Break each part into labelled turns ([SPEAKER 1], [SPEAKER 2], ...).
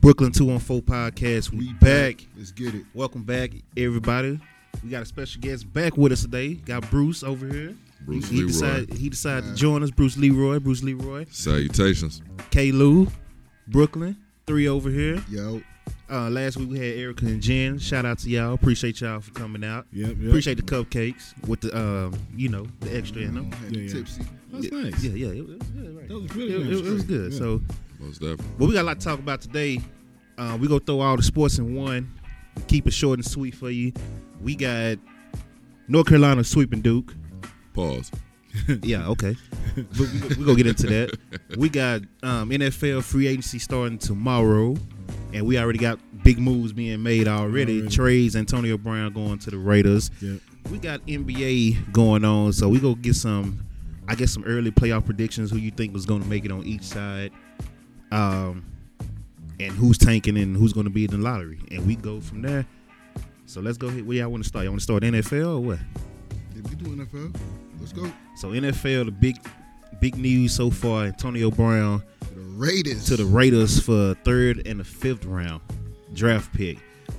[SPEAKER 1] Brooklyn 214 podcast. We back.
[SPEAKER 2] Let's get it.
[SPEAKER 1] Welcome back, everybody. We got a special guest back with us today. Got Bruce over here.
[SPEAKER 3] Bruce
[SPEAKER 1] he, he
[SPEAKER 3] Leroy.
[SPEAKER 1] decided he decided
[SPEAKER 2] Yeah.
[SPEAKER 1] to join us. Bruce Leroy, Bruce Leroy,
[SPEAKER 3] Salutations.
[SPEAKER 1] K. Lou, Brooklyn three over here.
[SPEAKER 2] Yo.
[SPEAKER 1] Uh, last week we had Erica and Jen. Shout out to y'all. Appreciate y'all for coming out.
[SPEAKER 4] Yep, yep.
[SPEAKER 1] Appreciate the cupcakes with the um, you know the extra in them.
[SPEAKER 2] Had me
[SPEAKER 4] Yeah, yeah.
[SPEAKER 2] tipsy.
[SPEAKER 4] That's nice.
[SPEAKER 1] Yeah, yeah, it, was- yeah, right.
[SPEAKER 4] That was
[SPEAKER 1] It-
[SPEAKER 4] really
[SPEAKER 1] it-
[SPEAKER 4] nice.
[SPEAKER 1] it was good.
[SPEAKER 4] Yeah.
[SPEAKER 1] So
[SPEAKER 3] Most definitely.
[SPEAKER 1] Well, we got a lot to talk about today. Uh, we gonna throw all the sports in one. Keep it short and sweet for you. We got North Carolina sweeping Duke.
[SPEAKER 3] Pause.
[SPEAKER 1] Yeah, okay. We're we, we gonna get into that. We got um, NFL free agency starting tomorrow, and we already got big moves being made already.
[SPEAKER 4] Already.
[SPEAKER 1] Trades Antonio Brown going to the Raiders.
[SPEAKER 4] Yep.
[SPEAKER 1] We got NBA going on, so we go get some, I guess, some early playoff predictions. Who you think was going to make it on each side, um, and who's tanking and who's going to be in the lottery, and we go from there. So let's go. ahead. Where y'all want to start? Y'all want to start NFL or what?
[SPEAKER 2] If you do NFL, let's go.
[SPEAKER 1] So NFL, the big, big news so far: Antonio Brown
[SPEAKER 2] The Raiders.
[SPEAKER 1] to the Raiders for third and the fifth round draft pick.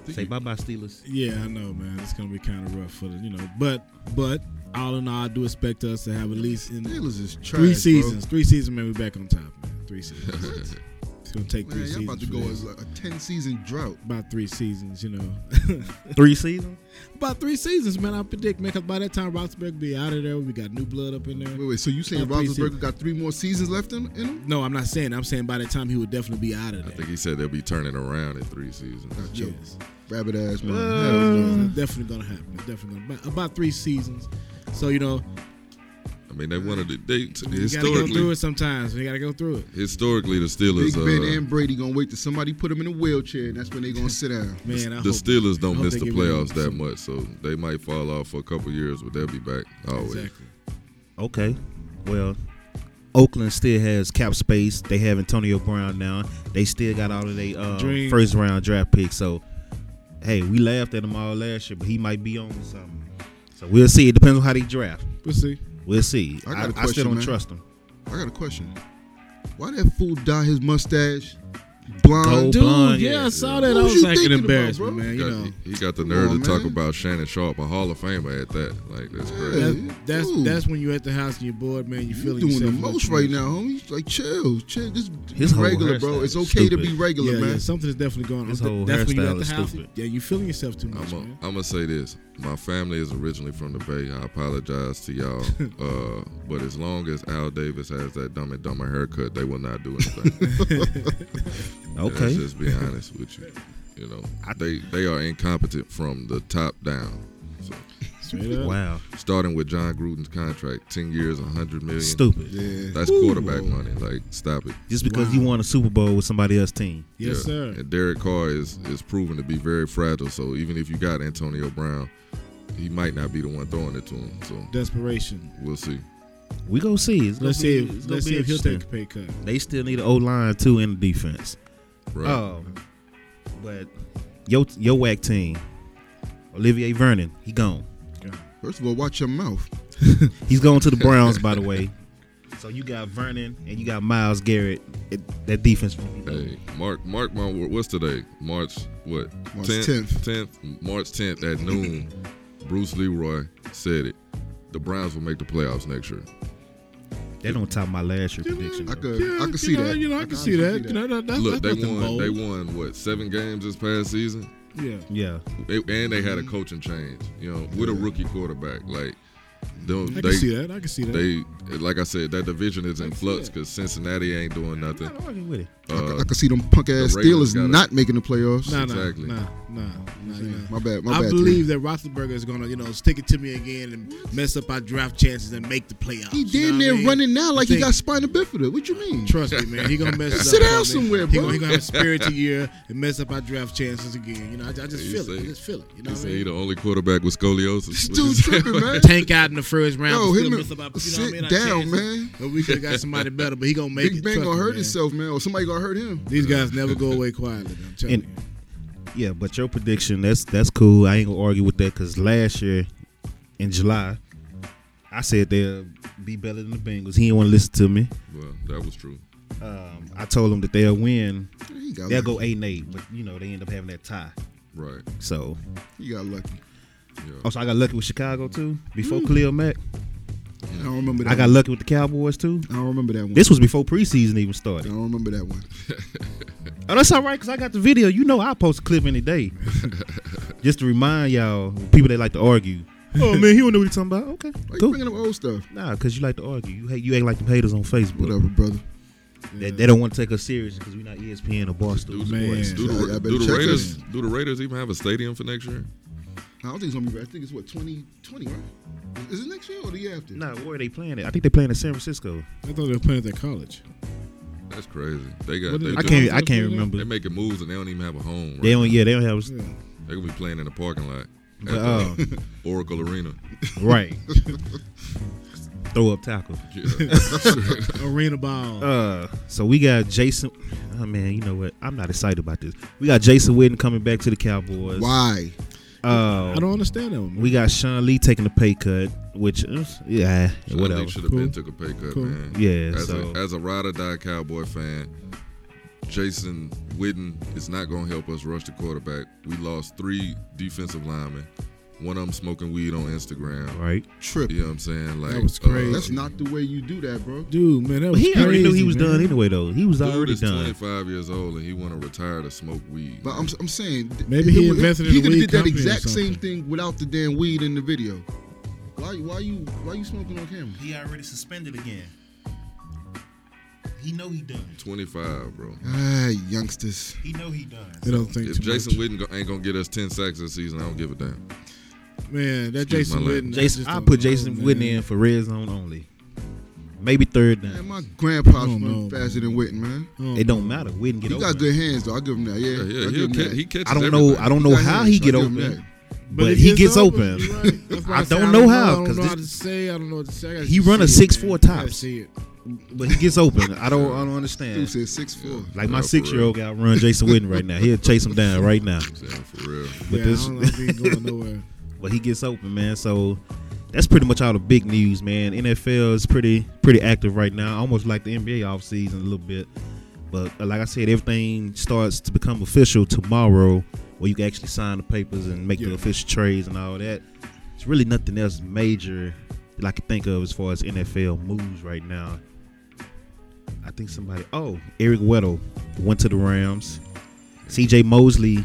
[SPEAKER 1] Say bye bye Steelers.
[SPEAKER 4] Yeah, I know, man. It's gonna be kind of rough for the, you know, but but all in all, I do expect us to have at least in
[SPEAKER 2] Steelers is trash.
[SPEAKER 4] three seasons. Three seasons, man. We back on top, man. Three seasons. it's gonna take
[SPEAKER 2] Bro.
[SPEAKER 4] three
[SPEAKER 2] Man, y'all
[SPEAKER 4] seasons.
[SPEAKER 2] about to
[SPEAKER 4] for
[SPEAKER 2] go
[SPEAKER 4] this.
[SPEAKER 2] as a 10 season drought.
[SPEAKER 4] about three seasons, you know.
[SPEAKER 1] Three seasons.
[SPEAKER 4] about three seasons, man. I predict, man. Cause by that time, Roethlisberger be out of there. We got new blood up in there.
[SPEAKER 2] Wait, wait. So you saying
[SPEAKER 4] About three
[SPEAKER 2] Roethlisberger
[SPEAKER 4] seasons.
[SPEAKER 2] got three more seasons left in, in him?
[SPEAKER 4] No, I'm not saying. I'm saying by that time, he would definitely be out of
[SPEAKER 3] I
[SPEAKER 4] there.
[SPEAKER 3] think he said they'll be turning around in three seasons.
[SPEAKER 2] Not joking.
[SPEAKER 4] yes.
[SPEAKER 2] Rabbit ass man.
[SPEAKER 1] Uh,
[SPEAKER 4] It's
[SPEAKER 2] Hell no.
[SPEAKER 4] definitely gonna happen. It's definitely gonna about, about three seasons. So you know,
[SPEAKER 3] I mean, they wanted to. They,
[SPEAKER 4] you gotta go through
[SPEAKER 3] historically,
[SPEAKER 4] it sometimes. You gotta go through it.
[SPEAKER 3] historically, the
[SPEAKER 2] Big
[SPEAKER 3] Steelers.
[SPEAKER 2] Ben
[SPEAKER 3] uh,
[SPEAKER 2] and Brady gonna wait till somebody put him in a wheelchair, and that's when they gonna sit down.
[SPEAKER 4] Man,
[SPEAKER 3] the
[SPEAKER 4] I hope-
[SPEAKER 3] Steelers don't
[SPEAKER 4] hope
[SPEAKER 3] miss
[SPEAKER 4] they
[SPEAKER 3] the
[SPEAKER 4] give me
[SPEAKER 3] playoffs that
[SPEAKER 4] some-
[SPEAKER 3] much, so they might fall off for a couple years, but they'll be back always.
[SPEAKER 4] Exactly.
[SPEAKER 1] Okay. Well, Oakland still has cap space. They have Antonio Brown now. They still got all of their uh,
[SPEAKER 4] Dream.
[SPEAKER 1] first round draft picks. So, hey, we laughed at him all last year, but he might be on to something. So we'll see. It depends on how they draft.
[SPEAKER 4] We'll see.
[SPEAKER 1] We'll see.
[SPEAKER 2] I got a
[SPEAKER 1] I, I
[SPEAKER 2] question,
[SPEAKER 1] still don't
[SPEAKER 2] man.
[SPEAKER 1] trust him.
[SPEAKER 2] I got a question. Why that fool dye his mustache blonde?
[SPEAKER 1] Gold.
[SPEAKER 4] Dude,
[SPEAKER 1] blonde,
[SPEAKER 4] yeah,
[SPEAKER 1] yeah.
[SPEAKER 4] I saw that.
[SPEAKER 2] What
[SPEAKER 4] I
[SPEAKER 2] was
[SPEAKER 4] was
[SPEAKER 2] you
[SPEAKER 4] like an
[SPEAKER 2] thinking about,
[SPEAKER 4] embarrassment,
[SPEAKER 2] bro?
[SPEAKER 4] man.
[SPEAKER 3] Got-
[SPEAKER 4] You know,
[SPEAKER 3] he got the
[SPEAKER 2] Come
[SPEAKER 3] nerve
[SPEAKER 2] on,
[SPEAKER 3] to talk
[SPEAKER 2] man.
[SPEAKER 3] about Shannon Sharp, a Hall of Famer at that. Like that's crazy.
[SPEAKER 2] Yeah.
[SPEAKER 4] that's that's,
[SPEAKER 2] Dude.
[SPEAKER 4] that's when you at the house and you're bored, man. You
[SPEAKER 2] You
[SPEAKER 4] feeling
[SPEAKER 2] doing the
[SPEAKER 4] yourself in
[SPEAKER 2] most
[SPEAKER 4] too
[SPEAKER 2] right
[SPEAKER 4] much.
[SPEAKER 2] now, homie. Like chill, chill. This
[SPEAKER 1] His whole
[SPEAKER 2] regular, bro.
[SPEAKER 1] hairstyle
[SPEAKER 2] It's
[SPEAKER 1] is
[SPEAKER 2] okay to
[SPEAKER 1] stupid.
[SPEAKER 2] be regular,
[SPEAKER 4] Yeah,
[SPEAKER 2] man.
[SPEAKER 4] yeah, something is definitely going on.
[SPEAKER 1] This whole
[SPEAKER 4] that's when you
[SPEAKER 1] hairstyle
[SPEAKER 4] at the
[SPEAKER 1] is
[SPEAKER 4] house.
[SPEAKER 1] stupid.
[SPEAKER 4] Yeah, you feeling yourself too much,
[SPEAKER 3] I'm
[SPEAKER 4] man.
[SPEAKER 3] gonna say this. My family is originally from the Bay. I apologize to y'all. uh, but as long as Al Davis has that dumb and dumber haircut, they will not do anything. Let's
[SPEAKER 1] Okay.
[SPEAKER 3] just be honest with you. You know, they they are incompetent from the top down. So,
[SPEAKER 4] Straight up.
[SPEAKER 1] Wow.
[SPEAKER 3] starting with John Gruden's contract, ten years, a hundred million.
[SPEAKER 1] Stupid.
[SPEAKER 2] Yeah.
[SPEAKER 3] That's
[SPEAKER 4] Ooh.
[SPEAKER 3] quarterback money. Like, stop it.
[SPEAKER 1] Just because
[SPEAKER 4] Wow.
[SPEAKER 1] you won a Super Bowl with somebody else's team.
[SPEAKER 4] Yes,
[SPEAKER 3] Yeah.
[SPEAKER 4] sir.
[SPEAKER 3] And Derek Carr is is proven to be very fragile. So even if you got Antonio Brown, he might not be the one throwing it to him. So
[SPEAKER 4] Desperation.
[SPEAKER 3] we'll see.
[SPEAKER 1] We gonna see. It's gonna
[SPEAKER 4] Let's
[SPEAKER 1] be-
[SPEAKER 4] see.
[SPEAKER 1] it's
[SPEAKER 4] If,
[SPEAKER 1] gonna
[SPEAKER 4] let's
[SPEAKER 1] be
[SPEAKER 4] see if he'll
[SPEAKER 1] interesting.
[SPEAKER 4] take a pay cut.
[SPEAKER 1] They still need an O line too in the defense.
[SPEAKER 3] Right.
[SPEAKER 4] Oh,
[SPEAKER 1] Um, but yo, yo, whack team. Olivier Vernon, he gone.
[SPEAKER 2] First of all, watch your mouth.
[SPEAKER 1] He's going to the Browns, by the way. So you got Vernon and you got Miles Garrett. It, that defense gonna be
[SPEAKER 3] Hey, mark mark my word. What's today? March what?
[SPEAKER 2] March 10th.
[SPEAKER 3] 10th. 10th. March 10th at noon. Bruce Leroy said it. The Browns will make the playoffs next year.
[SPEAKER 1] That don't top my last year prediction.
[SPEAKER 2] I
[SPEAKER 1] though.
[SPEAKER 2] could, I could see
[SPEAKER 4] you know,
[SPEAKER 2] that.
[SPEAKER 4] You know, I, can see that. You know, that, that's,
[SPEAKER 3] Look, they
[SPEAKER 4] that's nothing
[SPEAKER 3] won.
[SPEAKER 4] bold.
[SPEAKER 3] They won what seven games this past season,
[SPEAKER 4] Yeah.
[SPEAKER 1] Yeah,
[SPEAKER 3] They- and they
[SPEAKER 4] Mm-hmm.
[SPEAKER 3] had a coaching change. You know, with a rookie quarterback, like don't,
[SPEAKER 4] I
[SPEAKER 3] they
[SPEAKER 4] can see that. I can see that.
[SPEAKER 3] they like I said that division is in
[SPEAKER 4] I see
[SPEAKER 3] flux
[SPEAKER 4] that.
[SPEAKER 3] because Cincinnati ain't doing nothing.
[SPEAKER 1] I'm arguing with it.
[SPEAKER 2] I could- I
[SPEAKER 3] Uh,
[SPEAKER 2] could see them punk ass
[SPEAKER 3] Ravens
[SPEAKER 2] Steelers
[SPEAKER 3] gotta-
[SPEAKER 2] not making the playoffs.
[SPEAKER 4] Nah,
[SPEAKER 3] Exactly.
[SPEAKER 4] nah, nah, nah, nah, nah.
[SPEAKER 2] My bad. My
[SPEAKER 4] I
[SPEAKER 2] bad.
[SPEAKER 4] believe that Roethlisberger is gonna, you know, stick it to me again and mess up our draft chances and make the playoffs.
[SPEAKER 2] he
[SPEAKER 4] you
[SPEAKER 2] damn
[SPEAKER 4] know
[SPEAKER 2] near
[SPEAKER 4] what I mean?
[SPEAKER 2] running now like he
[SPEAKER 4] think-
[SPEAKER 2] got spina bifida. What you mean?
[SPEAKER 4] Trust me, man. He gonna mess it up.
[SPEAKER 2] Sit down
[SPEAKER 4] homie.
[SPEAKER 2] somewhere,
[SPEAKER 4] he
[SPEAKER 2] bro.
[SPEAKER 4] Gonna, he gonna have a spirited year and mess up our draft chances again. You know, I, I just
[SPEAKER 3] You
[SPEAKER 4] feel it. I
[SPEAKER 3] see.
[SPEAKER 4] just feel it. You
[SPEAKER 3] he
[SPEAKER 4] know what I
[SPEAKER 3] said he
[SPEAKER 4] mean?
[SPEAKER 3] the only quarterback with scoliosis.
[SPEAKER 2] This
[SPEAKER 3] which
[SPEAKER 2] dude
[SPEAKER 3] is-
[SPEAKER 2] tripping, man.
[SPEAKER 4] Tank out in the first round.
[SPEAKER 2] Yo, him
[SPEAKER 4] but still mess up our, you know what I
[SPEAKER 2] sit
[SPEAKER 4] mean? Our
[SPEAKER 2] down,
[SPEAKER 4] chances.
[SPEAKER 2] man.
[SPEAKER 4] But we could have got somebody better. But he gonna make
[SPEAKER 2] Big
[SPEAKER 4] it.
[SPEAKER 2] Bang
[SPEAKER 4] Trust
[SPEAKER 2] gonna
[SPEAKER 4] me,
[SPEAKER 2] hurt
[SPEAKER 4] man.
[SPEAKER 2] himself, man, or somebody gonna hurt him.
[SPEAKER 4] These guys never go away quietly. I'm telling
[SPEAKER 1] And-
[SPEAKER 4] you.
[SPEAKER 1] Yeah, but your prediction that's that's cool. I ain't gonna argue with that because last year in July, I said they'll be better than the Bengals. He didn't want to listen to me.
[SPEAKER 3] well, that was true.
[SPEAKER 1] Um, I told him that they'll win
[SPEAKER 2] He got
[SPEAKER 1] They'll
[SPEAKER 2] lucky.
[SPEAKER 1] go eight and eight, but you know they end up having that tie.
[SPEAKER 3] Right.
[SPEAKER 1] So,
[SPEAKER 2] You got lucky.
[SPEAKER 3] Yeah.
[SPEAKER 1] also I got lucky with Chicago too. Before
[SPEAKER 2] Hmm.
[SPEAKER 1] Khalil Mack,
[SPEAKER 2] I don't remember that.
[SPEAKER 1] I got
[SPEAKER 2] One.
[SPEAKER 1] lucky with the Cowboys too.
[SPEAKER 2] I don't remember that one.
[SPEAKER 1] This was before preseason even
[SPEAKER 2] I
[SPEAKER 1] started.
[SPEAKER 2] don't remember that one.
[SPEAKER 1] Oh, that's all right, because I got the video. You know I post a clip any day. Just to remind y'all, people that like to argue. Oh, man, he don't know what he's talking about. Okay,
[SPEAKER 2] Why you
[SPEAKER 1] cool.
[SPEAKER 2] bringing up old stuff?
[SPEAKER 1] Nah, because you like to argue. You hate, you act like the haters on Facebook.
[SPEAKER 4] uh,
[SPEAKER 2] Whatever, brother.
[SPEAKER 1] They, they don't want to take us serious because we're not E ESPN or Barstool
[SPEAKER 3] Dude,
[SPEAKER 4] Man.
[SPEAKER 1] Sports.
[SPEAKER 3] Do
[SPEAKER 2] Yeah,
[SPEAKER 3] the,
[SPEAKER 2] I better
[SPEAKER 3] do the
[SPEAKER 2] check
[SPEAKER 3] Raiders?
[SPEAKER 4] this.
[SPEAKER 3] Do the Raiders even have a stadium for next year?
[SPEAKER 2] I don't think it's gonna be bad. I think it's what 2020, right? Is it next year or the year after?
[SPEAKER 1] Nah, where are they playing at? I think they're playing in San Francisco.
[SPEAKER 4] I thought they were playing at their college.
[SPEAKER 3] That's crazy. They got.
[SPEAKER 4] What
[SPEAKER 3] They
[SPEAKER 4] is it?
[SPEAKER 1] I
[SPEAKER 3] just-
[SPEAKER 1] can't. I
[SPEAKER 4] They're
[SPEAKER 1] can't remember.
[SPEAKER 3] They're making moves and they don't even have a home. Right?
[SPEAKER 1] They don't. Yeah, they don't have.
[SPEAKER 4] Yeah.
[SPEAKER 3] They're gonna be playing in the parking lot at
[SPEAKER 1] But, uh,
[SPEAKER 3] the Oracle Arena.
[SPEAKER 1] right. Throw up tackle.
[SPEAKER 3] Yeah.
[SPEAKER 4] Arena ball.
[SPEAKER 1] Uh, so we got Jason. Oh man, you know what? I'm not excited about this. We got Jason Witten coming back to the Cowboys.
[SPEAKER 2] Why?
[SPEAKER 1] Uh,
[SPEAKER 4] I don't understand that one. man.
[SPEAKER 1] we got Sean Lee taking a pay cut, which is, yeah,
[SPEAKER 3] I
[SPEAKER 1] whatever.
[SPEAKER 3] think should have been
[SPEAKER 4] Cool.
[SPEAKER 3] took a pay cut,
[SPEAKER 4] Cool.
[SPEAKER 3] man.
[SPEAKER 1] Yeah,
[SPEAKER 3] As,
[SPEAKER 1] so
[SPEAKER 3] a, as a ride or die Cowboy fan, Jason Witten is not going to help us rush the quarterback. We lost three defensive linemen. One of them smoking weed on Instagram.
[SPEAKER 1] right.
[SPEAKER 2] Trip.
[SPEAKER 3] You know what I'm saying? Like uh,
[SPEAKER 4] was crazy.
[SPEAKER 2] That's not the way you do that, bro.
[SPEAKER 4] Dude, man, that was
[SPEAKER 1] he already knew he
[SPEAKER 4] crazy,
[SPEAKER 1] was
[SPEAKER 4] man.
[SPEAKER 1] done anyway, though. He was
[SPEAKER 3] Dude
[SPEAKER 1] already
[SPEAKER 3] is
[SPEAKER 1] done.
[SPEAKER 3] 25 years old and he want to retire to smoke weed.
[SPEAKER 2] But I'm, I'm saying th-
[SPEAKER 4] Maybe
[SPEAKER 2] it
[SPEAKER 4] he
[SPEAKER 2] was-
[SPEAKER 4] invested in
[SPEAKER 2] he
[SPEAKER 4] a
[SPEAKER 2] coulda
[SPEAKER 4] weed
[SPEAKER 2] did that
[SPEAKER 4] company or
[SPEAKER 2] exact same
[SPEAKER 4] something.
[SPEAKER 2] thing without the damn weed in the video. Why why you why you smoking on camera?
[SPEAKER 1] He already suspended again. He know he done.
[SPEAKER 3] 25, bro.
[SPEAKER 2] Ah, youngsters.
[SPEAKER 1] He know he done.
[SPEAKER 4] They don't think
[SPEAKER 3] If
[SPEAKER 4] too
[SPEAKER 3] Jason
[SPEAKER 4] much.
[SPEAKER 3] Witten go- ain't going to get us 10 sacks this season, I don't give a damn.
[SPEAKER 4] man, that
[SPEAKER 3] Excuse
[SPEAKER 4] Jason
[SPEAKER 3] my language.
[SPEAKER 4] Witten,
[SPEAKER 1] Jason,
[SPEAKER 4] just
[SPEAKER 1] I
[SPEAKER 4] don't
[SPEAKER 1] put
[SPEAKER 4] know,
[SPEAKER 1] Jason
[SPEAKER 4] man.
[SPEAKER 1] Witten in for red zone only. Maybe third down.
[SPEAKER 2] Man, my grandpa's
[SPEAKER 4] I don't
[SPEAKER 2] running
[SPEAKER 4] know,
[SPEAKER 2] faster than Witten, man.
[SPEAKER 4] I don't
[SPEAKER 1] It
[SPEAKER 4] know.
[SPEAKER 1] don't matter. Witten get
[SPEAKER 2] He
[SPEAKER 1] open.
[SPEAKER 2] got good hands though. I give him that. Yeah, I
[SPEAKER 3] Yeah, yeah,
[SPEAKER 2] give
[SPEAKER 3] he'll
[SPEAKER 2] him
[SPEAKER 3] catch,
[SPEAKER 2] that.
[SPEAKER 3] he catches
[SPEAKER 1] I don't know.
[SPEAKER 3] everything.
[SPEAKER 1] I don't know
[SPEAKER 2] He got
[SPEAKER 1] how
[SPEAKER 2] hands,
[SPEAKER 1] he
[SPEAKER 2] so I
[SPEAKER 1] get
[SPEAKER 2] give him
[SPEAKER 1] open,
[SPEAKER 2] that.
[SPEAKER 1] but he gets open.
[SPEAKER 4] you're right. That's why
[SPEAKER 1] I
[SPEAKER 4] said
[SPEAKER 1] don't know how,
[SPEAKER 4] I don't
[SPEAKER 1] 'cause
[SPEAKER 4] know how to
[SPEAKER 1] this-
[SPEAKER 4] say. I don't know what to say. I gotta
[SPEAKER 1] He run
[SPEAKER 4] see
[SPEAKER 1] a
[SPEAKER 4] it,
[SPEAKER 1] 6'4"
[SPEAKER 4] man. I gotta
[SPEAKER 1] tops.
[SPEAKER 4] see it.
[SPEAKER 1] But he gets open. I don't. I don't
[SPEAKER 2] Dude
[SPEAKER 1] understand.
[SPEAKER 2] said six four.
[SPEAKER 1] Like
[SPEAKER 3] Yeah,
[SPEAKER 1] my
[SPEAKER 3] for
[SPEAKER 1] six year old guy run Jason Witten right now. He'll chase him down right now.
[SPEAKER 3] Yeah, for real.
[SPEAKER 1] But
[SPEAKER 4] yeah,
[SPEAKER 1] this-
[SPEAKER 4] I don't know if he ain't going nowhere.
[SPEAKER 1] But he gets open, man. So that's pretty much all the big news, man. NFL is pretty pretty active right now. Almost like the NBA offseason a little bit. But uh, like I said, everything starts to become official tomorrow where you can actually sign the papers and make the
[SPEAKER 4] Yeah.
[SPEAKER 1] official trades and all that. It's really nothing else major that I can think of as far as NFL moves right now. I think somebody oh, Eric Weddle went to the Rams. CJ Mosley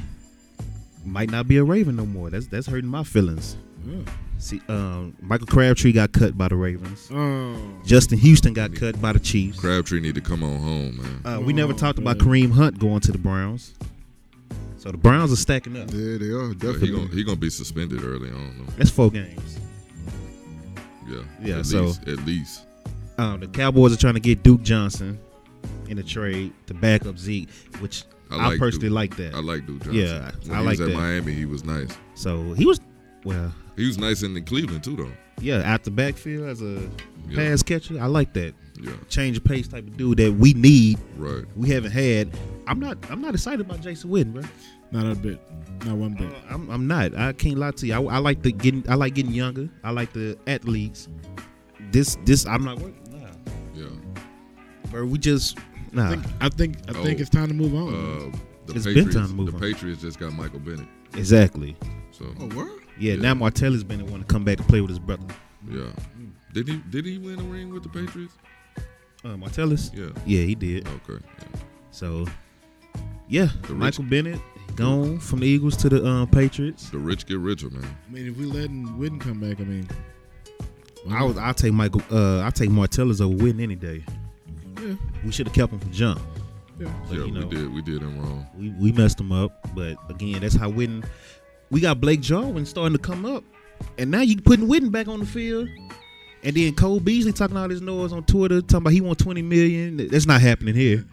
[SPEAKER 1] might not be a Raven no more. That's that's hurting my feelings.
[SPEAKER 4] Yeah.
[SPEAKER 1] See, um, Michael Crabtree got cut by the Ravens.
[SPEAKER 4] Oh,
[SPEAKER 1] Justin Houston got cut by the Chiefs.
[SPEAKER 3] Crabtree need to come on home, man.
[SPEAKER 1] Uh, we never
[SPEAKER 4] Oh,
[SPEAKER 1] talked about
[SPEAKER 4] man.
[SPEAKER 1] Kareem Hunt going to the Browns. So the Browns are stacking up.
[SPEAKER 2] Yeah, they are
[SPEAKER 3] But he gonna
[SPEAKER 2] definitely.
[SPEAKER 3] he gonna be suspended early on
[SPEAKER 1] That's four games.
[SPEAKER 3] though. Yeah.
[SPEAKER 1] Yeah,
[SPEAKER 3] At
[SPEAKER 1] so-
[SPEAKER 3] least, at least.
[SPEAKER 1] Um, the Cowboys are trying to get Duke Johnson in a trade to back up Zeke, which
[SPEAKER 3] I
[SPEAKER 1] I,
[SPEAKER 3] like
[SPEAKER 1] personally
[SPEAKER 3] Duke.
[SPEAKER 1] like that.
[SPEAKER 3] I like Duke Johnson.
[SPEAKER 1] Yeah,
[SPEAKER 3] when
[SPEAKER 1] I
[SPEAKER 3] he
[SPEAKER 1] like
[SPEAKER 3] was at
[SPEAKER 1] that.
[SPEAKER 3] Miami. He was nice.
[SPEAKER 1] so he was, well,
[SPEAKER 3] He was nice in Cleveland too, though.
[SPEAKER 1] yeah, out the backfield as a
[SPEAKER 3] Yeah,
[SPEAKER 1] pass catcher. I like that
[SPEAKER 3] yeah,
[SPEAKER 1] change of pace type of dude that we need.
[SPEAKER 3] right.
[SPEAKER 1] We haven't had. I'm not. I'm not excited about Jason Witten, bro.
[SPEAKER 4] not a bit, not one
[SPEAKER 1] Uh,
[SPEAKER 4] bit.
[SPEAKER 1] I'm, I'm not. I can't lie to you. I, I like the getting. I like getting younger. I like the athletes. This this I'm not working. Nah,
[SPEAKER 3] Yeah.
[SPEAKER 1] bro. We just
[SPEAKER 4] I
[SPEAKER 1] nah.
[SPEAKER 4] think I think, I think
[SPEAKER 3] Oh.
[SPEAKER 4] it's time to move on. man.
[SPEAKER 3] Uh, the
[SPEAKER 1] Hmm. It's been
[SPEAKER 3] Patriots.
[SPEAKER 1] time to move
[SPEAKER 3] the
[SPEAKER 1] on.
[SPEAKER 3] Patriots just got Michael Bennett.
[SPEAKER 1] Exactly.
[SPEAKER 3] So
[SPEAKER 2] Oh, word?
[SPEAKER 1] Yeah,
[SPEAKER 3] Yeah.
[SPEAKER 1] Now Martelli's been wanting to come back to play with his brother.
[SPEAKER 3] yeah. Did he did he win a ring with the Patriots?
[SPEAKER 1] Uh, Martellus.
[SPEAKER 3] Yeah.
[SPEAKER 1] Yeah, he did.
[SPEAKER 3] Okay. Yeah.
[SPEAKER 1] So yeah,
[SPEAKER 3] The
[SPEAKER 1] Michael Bennett gone from the Eagles to the um, Patriots.
[SPEAKER 3] The rich get richer, man.
[SPEAKER 4] I mean, if we letting Witten come back, I mean, why
[SPEAKER 1] I was. I'll take Michael. Uh, I'll take Martellus over Witten any day.
[SPEAKER 4] not? yeah,
[SPEAKER 1] We should have kept him from jump.
[SPEAKER 4] yeah.
[SPEAKER 1] But,
[SPEAKER 3] yeah,
[SPEAKER 1] you know,
[SPEAKER 3] we did we did him wrong.
[SPEAKER 1] we, we messed him up. But again, that's how Witten. We got Blake Jarwin starting to come up, and now you putting Witten back on the field, and then Cole Beasley talking all this noise on Twitter, talking about he want twenty million. That's not happening here.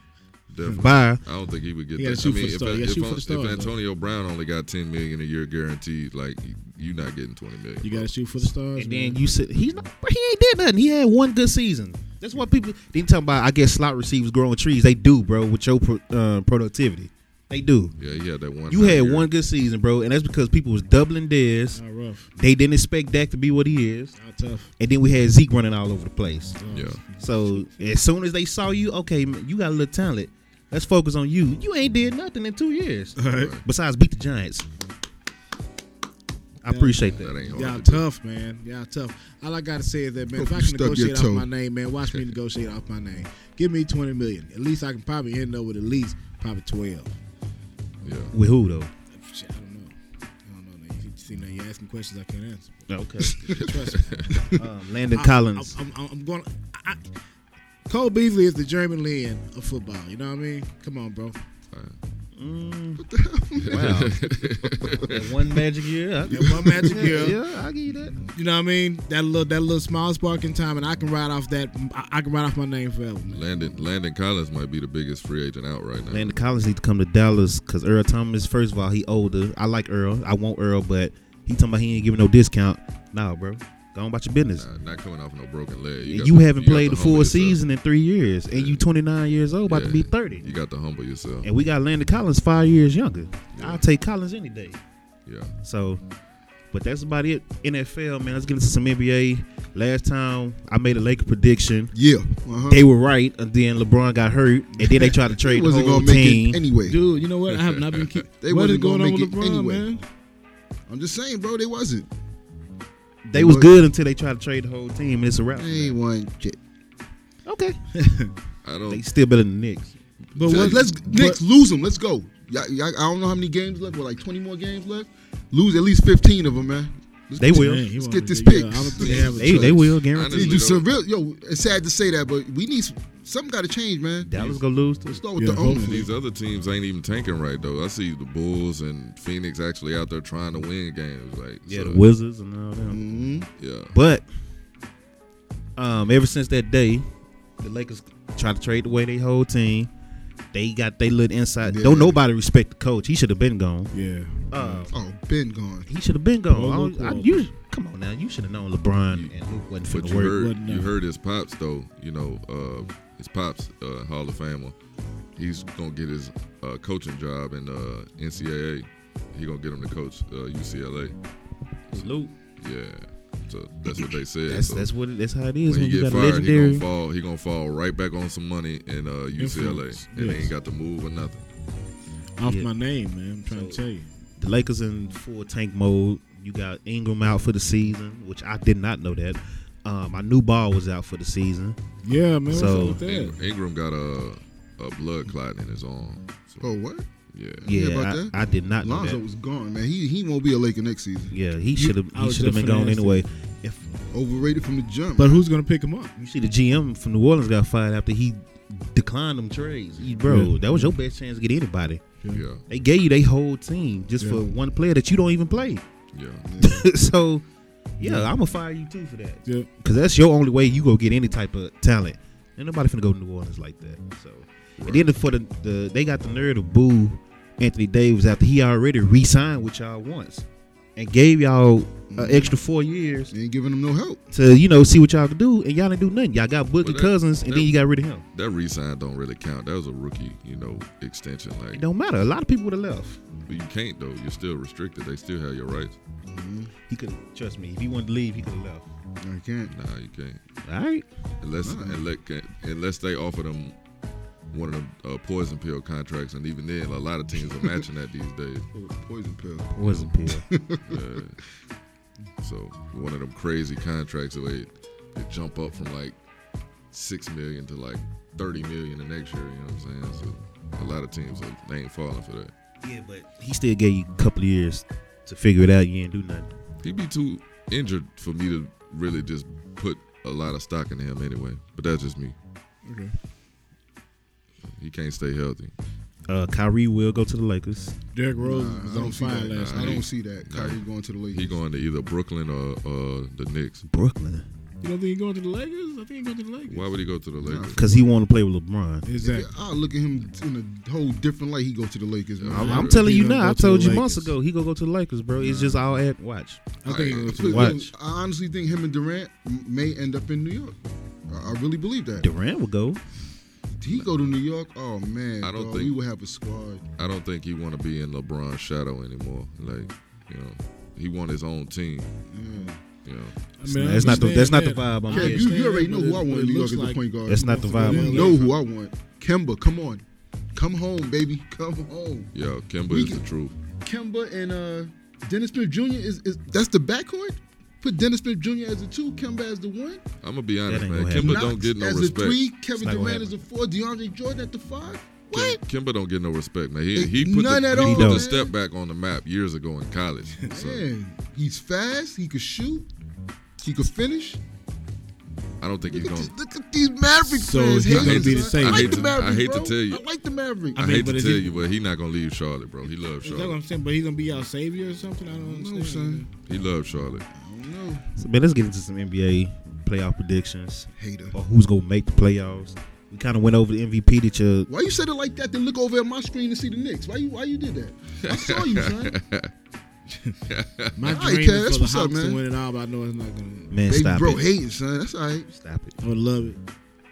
[SPEAKER 3] Definitely.
[SPEAKER 1] Bye.
[SPEAKER 3] I don't think he would get
[SPEAKER 4] He gotta
[SPEAKER 3] that. I
[SPEAKER 4] shoot for
[SPEAKER 3] mean,
[SPEAKER 4] the
[SPEAKER 3] if,
[SPEAKER 4] star-
[SPEAKER 3] if,
[SPEAKER 4] he gotta shoot for the
[SPEAKER 3] if
[SPEAKER 4] stars, though.
[SPEAKER 3] Antonio Brown only got ten million a year guaranteed, like you're not getting twenty million.
[SPEAKER 4] you
[SPEAKER 3] bro.
[SPEAKER 4] got to shoot for the stars.
[SPEAKER 1] And
[SPEAKER 4] man.
[SPEAKER 1] then you said he's not. He ain't did nothing. He had one good season. That's why people didn't talk about. I guess slot receivers growing trees. They do, bro, with your pro, uh, productivity. They do.
[SPEAKER 3] Yeah, he had that one.
[SPEAKER 1] You
[SPEAKER 3] bad
[SPEAKER 1] had
[SPEAKER 3] year.
[SPEAKER 1] one good season, bro, and that's because people was doubling theirs.
[SPEAKER 4] not rough,
[SPEAKER 1] They didn't expect Dak to be what he is,
[SPEAKER 4] not tough.
[SPEAKER 1] and then we had Zeke running all over the place.
[SPEAKER 4] Oh,
[SPEAKER 3] Yeah.
[SPEAKER 1] So as soon as they saw you, okay, man, you got a little talent. Let's focus on you. You ain't did nothing in two years
[SPEAKER 4] All right.
[SPEAKER 1] besides beat the Giants. I
[SPEAKER 4] Yeah.
[SPEAKER 1] appreciate
[SPEAKER 3] That
[SPEAKER 1] that.
[SPEAKER 3] ain't hard.
[SPEAKER 4] Y'all
[SPEAKER 3] to do.
[SPEAKER 4] tough, man. Y'all tough. All I gotta say is that man, if
[SPEAKER 2] Hope
[SPEAKER 4] I
[SPEAKER 2] you
[SPEAKER 4] can
[SPEAKER 2] stuck your
[SPEAKER 4] negotiate off
[SPEAKER 2] toe.
[SPEAKER 4] my name, man, watch me negotiate off my name. Give me twenty million. At least I can probably end up with at least probably twelve.
[SPEAKER 3] Yeah.
[SPEAKER 1] With who though?
[SPEAKER 4] Shit, I don't know. I don't know. You see now you're asking questions I can't answer.
[SPEAKER 1] Okay,
[SPEAKER 4] Trust me.
[SPEAKER 1] um, Landon
[SPEAKER 4] I-
[SPEAKER 1] Collins.
[SPEAKER 4] I, am going. I, I- Cole Beasley is the German Lin of football. You know what I mean? Come on, bro.
[SPEAKER 1] Mm, wow, That one magic year. I-
[SPEAKER 4] That one magic year.
[SPEAKER 1] Yeah, I give you that.
[SPEAKER 4] You know what I mean? That little that little small spark in time, and I can ride off that. I, I can ride off my name forever, man.
[SPEAKER 3] Landon Landon Collins might be the biggest free agent out right now.
[SPEAKER 1] Landon Collins need to come to Dallas because Earl Thomas. First of all, he older. I like Earl. I want Earl, but he talking about he ain't giving no discount. Nah, bro, go on about your business.
[SPEAKER 3] Nah, not coming off no broken leg.
[SPEAKER 1] And
[SPEAKER 3] got
[SPEAKER 1] you
[SPEAKER 3] to-
[SPEAKER 1] haven't
[SPEAKER 3] got
[SPEAKER 1] played
[SPEAKER 3] to
[SPEAKER 1] the
[SPEAKER 3] humble
[SPEAKER 1] full
[SPEAKER 3] yourself.
[SPEAKER 1] season in three years, and you 29 years old, about to
[SPEAKER 3] Yeah.
[SPEAKER 1] be 30.
[SPEAKER 3] You got to humble yourself.
[SPEAKER 1] And we got Landon Collins five years younger.
[SPEAKER 3] Yeah.
[SPEAKER 1] I'll take Collins any day.
[SPEAKER 3] Yeah.
[SPEAKER 1] So, but that's about it. NFL, man. Let's get into some NBA. Last time I made a Laker prediction,
[SPEAKER 2] Yeah. Uh-huh.
[SPEAKER 1] they were right, and then LeBron got hurt, and then they tried to
[SPEAKER 2] They
[SPEAKER 1] trade the
[SPEAKER 2] wasn't
[SPEAKER 1] whole
[SPEAKER 2] gonna make
[SPEAKER 1] team.
[SPEAKER 2] it anyway.
[SPEAKER 4] Dude, you know what? I have not been. Keep,
[SPEAKER 2] They
[SPEAKER 4] what is
[SPEAKER 2] wasn't
[SPEAKER 4] going
[SPEAKER 2] gonna
[SPEAKER 4] on
[SPEAKER 2] make
[SPEAKER 4] with
[SPEAKER 2] it
[SPEAKER 4] LeBron,
[SPEAKER 2] anyway.
[SPEAKER 4] man?
[SPEAKER 2] I'm just saying, bro. They wasn't.
[SPEAKER 1] they was good until they tried to trade the whole team, and it's a wrap.
[SPEAKER 2] They won shit.
[SPEAKER 1] Okay,
[SPEAKER 3] I don't.
[SPEAKER 1] they still better than Knicks.
[SPEAKER 4] But
[SPEAKER 2] Let's,
[SPEAKER 4] what,
[SPEAKER 2] let's
[SPEAKER 4] but-
[SPEAKER 2] Knicks lose them. Let's go. Y'all, y'all, I don't know how many games left. What, like 20 more games left? Lose at least 15 of them, man. Let's
[SPEAKER 1] They
[SPEAKER 2] get-
[SPEAKER 1] will.
[SPEAKER 4] Man, he
[SPEAKER 2] Let's
[SPEAKER 4] wanted
[SPEAKER 2] get this
[SPEAKER 4] to-
[SPEAKER 2] pick.
[SPEAKER 4] yeah, I don't think they have a
[SPEAKER 1] They, they
[SPEAKER 4] choice.
[SPEAKER 1] will guaranteed.
[SPEAKER 3] Honestly,
[SPEAKER 2] Need to do
[SPEAKER 3] though-
[SPEAKER 2] some real. Yo, it's sad to say that, but we need some, something got to change, man.
[SPEAKER 1] Dallas gonna lose. Too.
[SPEAKER 2] Let's start with
[SPEAKER 4] Yeah,
[SPEAKER 2] the
[SPEAKER 4] hopefully.
[SPEAKER 2] owner.
[SPEAKER 3] And These other teams ain't even tanking right though. I see the Bulls and Phoenix actually out there trying to win games. Like
[SPEAKER 1] Yeah,
[SPEAKER 3] so,
[SPEAKER 1] the Wizards and all them.
[SPEAKER 2] Mhm.
[SPEAKER 3] yeah.
[SPEAKER 1] But um, ever since that day, the Lakers tried to trade away their whole team. They got they little inside.
[SPEAKER 2] Yeah.
[SPEAKER 1] Don't nobody respect the coach. He should have been gone.
[SPEAKER 4] yeah.
[SPEAKER 1] Uh,
[SPEAKER 2] Oh, Ben gone.
[SPEAKER 1] he should have been gone.
[SPEAKER 4] Well,
[SPEAKER 1] I
[SPEAKER 4] Luke
[SPEAKER 1] don't- I-
[SPEAKER 4] was-
[SPEAKER 1] you come on now. You should have known LeBron and Luke wasn't
[SPEAKER 3] But
[SPEAKER 1] finna
[SPEAKER 3] you
[SPEAKER 1] work.
[SPEAKER 3] heard
[SPEAKER 4] wasn't
[SPEAKER 3] you
[SPEAKER 4] nothing.
[SPEAKER 3] heard his pops though. You know, uh, his pops uh, Hall of Famer. He's gonna get his uh, coaching job in uh, NCAA. He gonna get him to coach uh, UCLA.
[SPEAKER 1] Luke.
[SPEAKER 3] Yeah. So that's what they said.
[SPEAKER 1] That's
[SPEAKER 3] so
[SPEAKER 1] that's what it- that's how it is
[SPEAKER 3] when
[SPEAKER 1] when,
[SPEAKER 3] he
[SPEAKER 1] you
[SPEAKER 3] get
[SPEAKER 1] got a
[SPEAKER 3] fired, he gonna
[SPEAKER 1] legendary.
[SPEAKER 3] fall. He gonna fall right back on some money in uh, UCLA,
[SPEAKER 4] Influence,
[SPEAKER 3] and they
[SPEAKER 4] yes.
[SPEAKER 3] ain't got to move or nothing.
[SPEAKER 4] Off
[SPEAKER 1] Yeah.
[SPEAKER 4] my name, man. I'm trying to
[SPEAKER 1] So-
[SPEAKER 4] tell you.
[SPEAKER 1] The Lakers in full tank mode. You got Ingram out for the season, which I did not know that. Um, I knew Ball was out for the season.
[SPEAKER 4] Yeah, man. What's
[SPEAKER 1] So-
[SPEAKER 4] up with that?
[SPEAKER 3] Ingram, Ingram got a a blood clot in his arm. So,
[SPEAKER 2] Oh, what?
[SPEAKER 3] yeah.
[SPEAKER 1] Yeah,
[SPEAKER 2] about
[SPEAKER 1] I,
[SPEAKER 2] that?
[SPEAKER 1] I did not know
[SPEAKER 2] Lonzo
[SPEAKER 1] that.
[SPEAKER 2] was gone, man. He he won't be a Laker next season.
[SPEAKER 1] Yeah, he should have.
[SPEAKER 4] I
[SPEAKER 1] He
[SPEAKER 4] was
[SPEAKER 1] should have been
[SPEAKER 4] just
[SPEAKER 1] gone
[SPEAKER 4] finna ask
[SPEAKER 1] anyway. If
[SPEAKER 2] Overrated from the jump.
[SPEAKER 4] But who's gonna pick him up?
[SPEAKER 1] you see the GM from New Orleans got fired after he declined them trades, He- bro,
[SPEAKER 4] Yeah.
[SPEAKER 1] that was your best chance to get anybody.
[SPEAKER 3] Yeah,
[SPEAKER 1] They gave you their whole team just
[SPEAKER 4] Yeah.
[SPEAKER 1] for one player that you don't even play.
[SPEAKER 3] yeah.
[SPEAKER 1] so, yeah, I'm gonna fire you too for that
[SPEAKER 4] Yeah.
[SPEAKER 1] because that's your only way you go get any type of talent. And nobody finna go to New Orleans like that. So,
[SPEAKER 3] Right.
[SPEAKER 1] and then for the, the they got the nerve to boo Anthony Davis after he already re-signed with y'all once and gave y'all
[SPEAKER 4] Mm-hmm.
[SPEAKER 1] an extra four years.
[SPEAKER 2] They ain't giving him no help.
[SPEAKER 1] to you know see what y'all can do, and y'all didn't do nothing. Y'all got Booker
[SPEAKER 3] Well, that-
[SPEAKER 1] Cousins, and
[SPEAKER 3] that-
[SPEAKER 1] then you got rid of him.
[SPEAKER 3] That resign don't really count. That was a rookie, you know, extension. Like,
[SPEAKER 1] It don't matter. A lot of people would have left.
[SPEAKER 3] but you can't though. You're still restricted. They still have your rights.
[SPEAKER 1] He could trust me. If he wanted to leave, he could have left.
[SPEAKER 2] Mm-hmm. I can't.
[SPEAKER 3] Nah, you can't.
[SPEAKER 1] All right.
[SPEAKER 3] Unless
[SPEAKER 2] Nah.
[SPEAKER 3] unless, unless they offer them one of them uh, poison pill contracts, and even then, a lot of teams are matching that these days.
[SPEAKER 2] Poison pill.
[SPEAKER 1] Wasn't Pierre.
[SPEAKER 3] Uh, so one of them crazy contracts where they, they jump up from like six million to like thirty million the next year. You know what I'm saying? So a lot of teams are, they ain't falling for that.
[SPEAKER 1] yeah, but he still gave you a couple of years to figure it out. You didn't do nothing.
[SPEAKER 3] He'd be too injured for me to really just put a lot of stock in him anyway. But that's just me.
[SPEAKER 4] Okay.
[SPEAKER 3] He can't stay healthy.
[SPEAKER 1] Uh, Kyrie will go to the Lakers.
[SPEAKER 4] Derrick Rose
[SPEAKER 2] Nah,
[SPEAKER 4] was
[SPEAKER 2] I
[SPEAKER 4] on
[SPEAKER 2] don't see
[SPEAKER 4] fire
[SPEAKER 2] that.
[SPEAKER 4] last
[SPEAKER 3] Nah,
[SPEAKER 2] I
[SPEAKER 4] night.
[SPEAKER 2] don't see that. Kyrie going to the Lakers.
[SPEAKER 3] He going to either Brooklyn or uh, the Knicks.
[SPEAKER 1] Brooklyn,
[SPEAKER 4] You don't think he's going to the Lakers? I think he's going to the Lakers.
[SPEAKER 3] Why would he go to the Lakers?
[SPEAKER 1] because he want to play with LeBron.
[SPEAKER 4] Exactly.
[SPEAKER 2] Yeah, I look at him in a whole different light. He go to the Lakers, man.
[SPEAKER 1] I'm,
[SPEAKER 3] I'm-
[SPEAKER 1] I'm telling
[SPEAKER 4] he
[SPEAKER 1] you
[SPEAKER 4] gonna
[SPEAKER 1] now.
[SPEAKER 4] go
[SPEAKER 1] I
[SPEAKER 4] to
[SPEAKER 1] told
[SPEAKER 4] the
[SPEAKER 1] you months
[SPEAKER 4] Lakers.
[SPEAKER 1] ago. He gonna go to the Lakers, bro. It's just all at watch.
[SPEAKER 4] I think he's going to the
[SPEAKER 2] Look,
[SPEAKER 4] Lakers.
[SPEAKER 1] Watch.
[SPEAKER 2] I honestly think him and Durant m- may end up in New York. I, I really believe that.
[SPEAKER 1] Durant will go.
[SPEAKER 2] He go to New York. Oh man,
[SPEAKER 3] I don't
[SPEAKER 2] dog,
[SPEAKER 3] think-
[SPEAKER 2] we would have a squad.
[SPEAKER 3] I don't think he want to be in LeBron's shadow anymore. Like, you know, he want his own team.
[SPEAKER 2] Yeah.
[SPEAKER 3] You know,
[SPEAKER 4] I mean, I
[SPEAKER 1] That's not the- that's not the
[SPEAKER 4] understand
[SPEAKER 1] vibe I'm
[SPEAKER 4] that.
[SPEAKER 1] getting.
[SPEAKER 4] I
[SPEAKER 2] You,
[SPEAKER 4] understand
[SPEAKER 2] you already
[SPEAKER 4] that,
[SPEAKER 2] know
[SPEAKER 4] but
[SPEAKER 2] who
[SPEAKER 4] it-
[SPEAKER 2] I
[SPEAKER 4] but
[SPEAKER 2] want
[SPEAKER 4] it
[SPEAKER 2] in New York
[SPEAKER 4] looks
[SPEAKER 2] as a
[SPEAKER 4] like-
[SPEAKER 2] point guard.
[SPEAKER 1] That's not the vibe.
[SPEAKER 2] you
[SPEAKER 1] I'm
[SPEAKER 2] know
[SPEAKER 1] getting.
[SPEAKER 2] who I want. Kemba, come on. Come home, baby. Come home.
[SPEAKER 3] Yo, Kimba
[SPEAKER 2] We
[SPEAKER 3] is
[SPEAKER 2] can-
[SPEAKER 3] the truth.
[SPEAKER 2] Kemba and uh, Dennis Smith Jr. is, is that's the backcourt. Put Dennis Smith Jr. as the two, Kemba as the one.
[SPEAKER 3] I'm gonna be honest,
[SPEAKER 1] ain't
[SPEAKER 3] man.
[SPEAKER 1] gonna
[SPEAKER 3] Kimba
[SPEAKER 2] Knox
[SPEAKER 3] don't get no
[SPEAKER 2] as
[SPEAKER 3] respect.
[SPEAKER 2] the three. Kevin
[SPEAKER 1] not gonna
[SPEAKER 2] Durant is the
[SPEAKER 1] happen.
[SPEAKER 2] four. DeAndre Jordan at the five.
[SPEAKER 3] Kim,
[SPEAKER 2] What?
[SPEAKER 3] Kimba don't get no respect, man. He,
[SPEAKER 2] It-
[SPEAKER 3] he put,
[SPEAKER 2] none
[SPEAKER 3] the,
[SPEAKER 2] at
[SPEAKER 3] he
[SPEAKER 2] all,
[SPEAKER 3] put
[SPEAKER 2] man.
[SPEAKER 3] the step back on the map years ago in college. So
[SPEAKER 2] Man, he's fast. He could shoot. He could finish.
[SPEAKER 3] I don't think he's
[SPEAKER 2] Look at,
[SPEAKER 3] gonna.
[SPEAKER 2] this, look at these Mavericks
[SPEAKER 4] So
[SPEAKER 2] fans.
[SPEAKER 4] he
[SPEAKER 2] hating,
[SPEAKER 4] gonna be the
[SPEAKER 2] son.
[SPEAKER 4] same,
[SPEAKER 2] I like
[SPEAKER 4] man.
[SPEAKER 2] the Mavericks,
[SPEAKER 3] I hate to
[SPEAKER 2] bro.
[SPEAKER 3] tell you.
[SPEAKER 2] I like the Mavericks.
[SPEAKER 3] I,
[SPEAKER 4] I mean,
[SPEAKER 3] hate
[SPEAKER 4] but
[SPEAKER 3] to
[SPEAKER 4] is
[SPEAKER 3] tell
[SPEAKER 4] he-
[SPEAKER 3] you, but he's not gonna leave Charlotte, bro. He loves
[SPEAKER 4] Is that what
[SPEAKER 3] Charlotte.
[SPEAKER 4] I'm saying? But he's gonna be our savior or something? I don't
[SPEAKER 2] No,
[SPEAKER 4] understand.
[SPEAKER 2] son.
[SPEAKER 3] He loves Charlotte.
[SPEAKER 2] I don't know.
[SPEAKER 1] So, man, let's get into some NBA playoff predictions
[SPEAKER 2] Hater.
[SPEAKER 1] or who's gonna make the playoffs. We kind of went over the MVP that you.
[SPEAKER 2] Why you said it like that? Then look over at my screen and see the Knicks. Why you Why you did that? I saw you, son.
[SPEAKER 4] My
[SPEAKER 2] All right,
[SPEAKER 4] dream
[SPEAKER 2] Kev,
[SPEAKER 4] is
[SPEAKER 2] that's
[SPEAKER 4] for the
[SPEAKER 2] what's up,
[SPEAKER 4] Hawks to
[SPEAKER 2] man.
[SPEAKER 4] win it all, but I know it's not gonna.
[SPEAKER 1] Man,
[SPEAKER 2] Baby
[SPEAKER 1] stop
[SPEAKER 2] bro,
[SPEAKER 1] it.
[SPEAKER 2] hating, son. That's all right.
[SPEAKER 1] Stop it.
[SPEAKER 4] I would love it.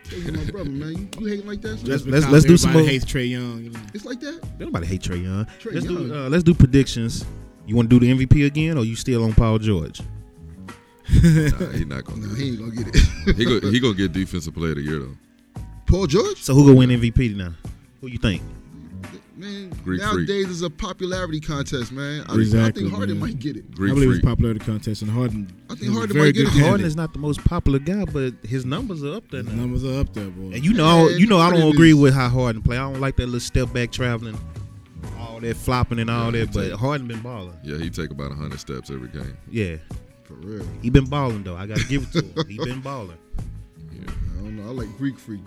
[SPEAKER 2] Hey, you my brother, man. You, you hating like that? Son?
[SPEAKER 1] That's-
[SPEAKER 4] Just
[SPEAKER 1] let's-
[SPEAKER 4] because
[SPEAKER 1] let's do some
[SPEAKER 4] everybody
[SPEAKER 1] more-
[SPEAKER 4] hates Trey Young. You know.
[SPEAKER 2] it's like that.
[SPEAKER 1] Don't Nobody hate Trey Young.
[SPEAKER 2] Trae
[SPEAKER 1] let's do.
[SPEAKER 2] Young.
[SPEAKER 1] Uh, let's do predictions. You want to do the MVP again, or you still on Paul George?
[SPEAKER 3] Nah, he's not gonna.
[SPEAKER 2] No,
[SPEAKER 3] do
[SPEAKER 2] he ain't gonna get it.
[SPEAKER 3] it. He go, he gonna get defensive player of the year though.
[SPEAKER 2] Paul George,
[SPEAKER 1] So who gonna win MVP now? Who you think?
[SPEAKER 2] man.
[SPEAKER 3] Greek
[SPEAKER 2] nowadays is a popularity contest, man. I, I
[SPEAKER 4] Exactly,
[SPEAKER 2] think Harden
[SPEAKER 4] man.
[SPEAKER 2] might get it.
[SPEAKER 4] I
[SPEAKER 3] Greek
[SPEAKER 4] believe
[SPEAKER 3] freak.
[SPEAKER 4] it's popularity contest, and Harden.
[SPEAKER 2] I think
[SPEAKER 4] is a
[SPEAKER 2] Harden
[SPEAKER 4] very
[SPEAKER 2] might get
[SPEAKER 4] good
[SPEAKER 2] it this
[SPEAKER 1] Harden
[SPEAKER 2] year.
[SPEAKER 4] candidate.
[SPEAKER 1] is not the most popular guy, but his numbers are up there
[SPEAKER 4] His
[SPEAKER 1] now.
[SPEAKER 4] numbers are up there, boy.
[SPEAKER 1] And you know,
[SPEAKER 2] Man,
[SPEAKER 1] you know, I
[SPEAKER 2] nobody
[SPEAKER 1] don't agree
[SPEAKER 2] is-
[SPEAKER 1] with how Harden play. I don't like that little step back traveling, all that flopping and all
[SPEAKER 3] Yeah,
[SPEAKER 1] that.
[SPEAKER 3] me
[SPEAKER 1] But
[SPEAKER 3] too.
[SPEAKER 1] Harden been balling.
[SPEAKER 3] Yeah, he take about hundred steps every game.
[SPEAKER 1] Yeah,
[SPEAKER 2] For real.
[SPEAKER 1] he been balling though. I gotta give it to him. He been balling.
[SPEAKER 3] Yeah,
[SPEAKER 2] I don't know. I like Greek freak.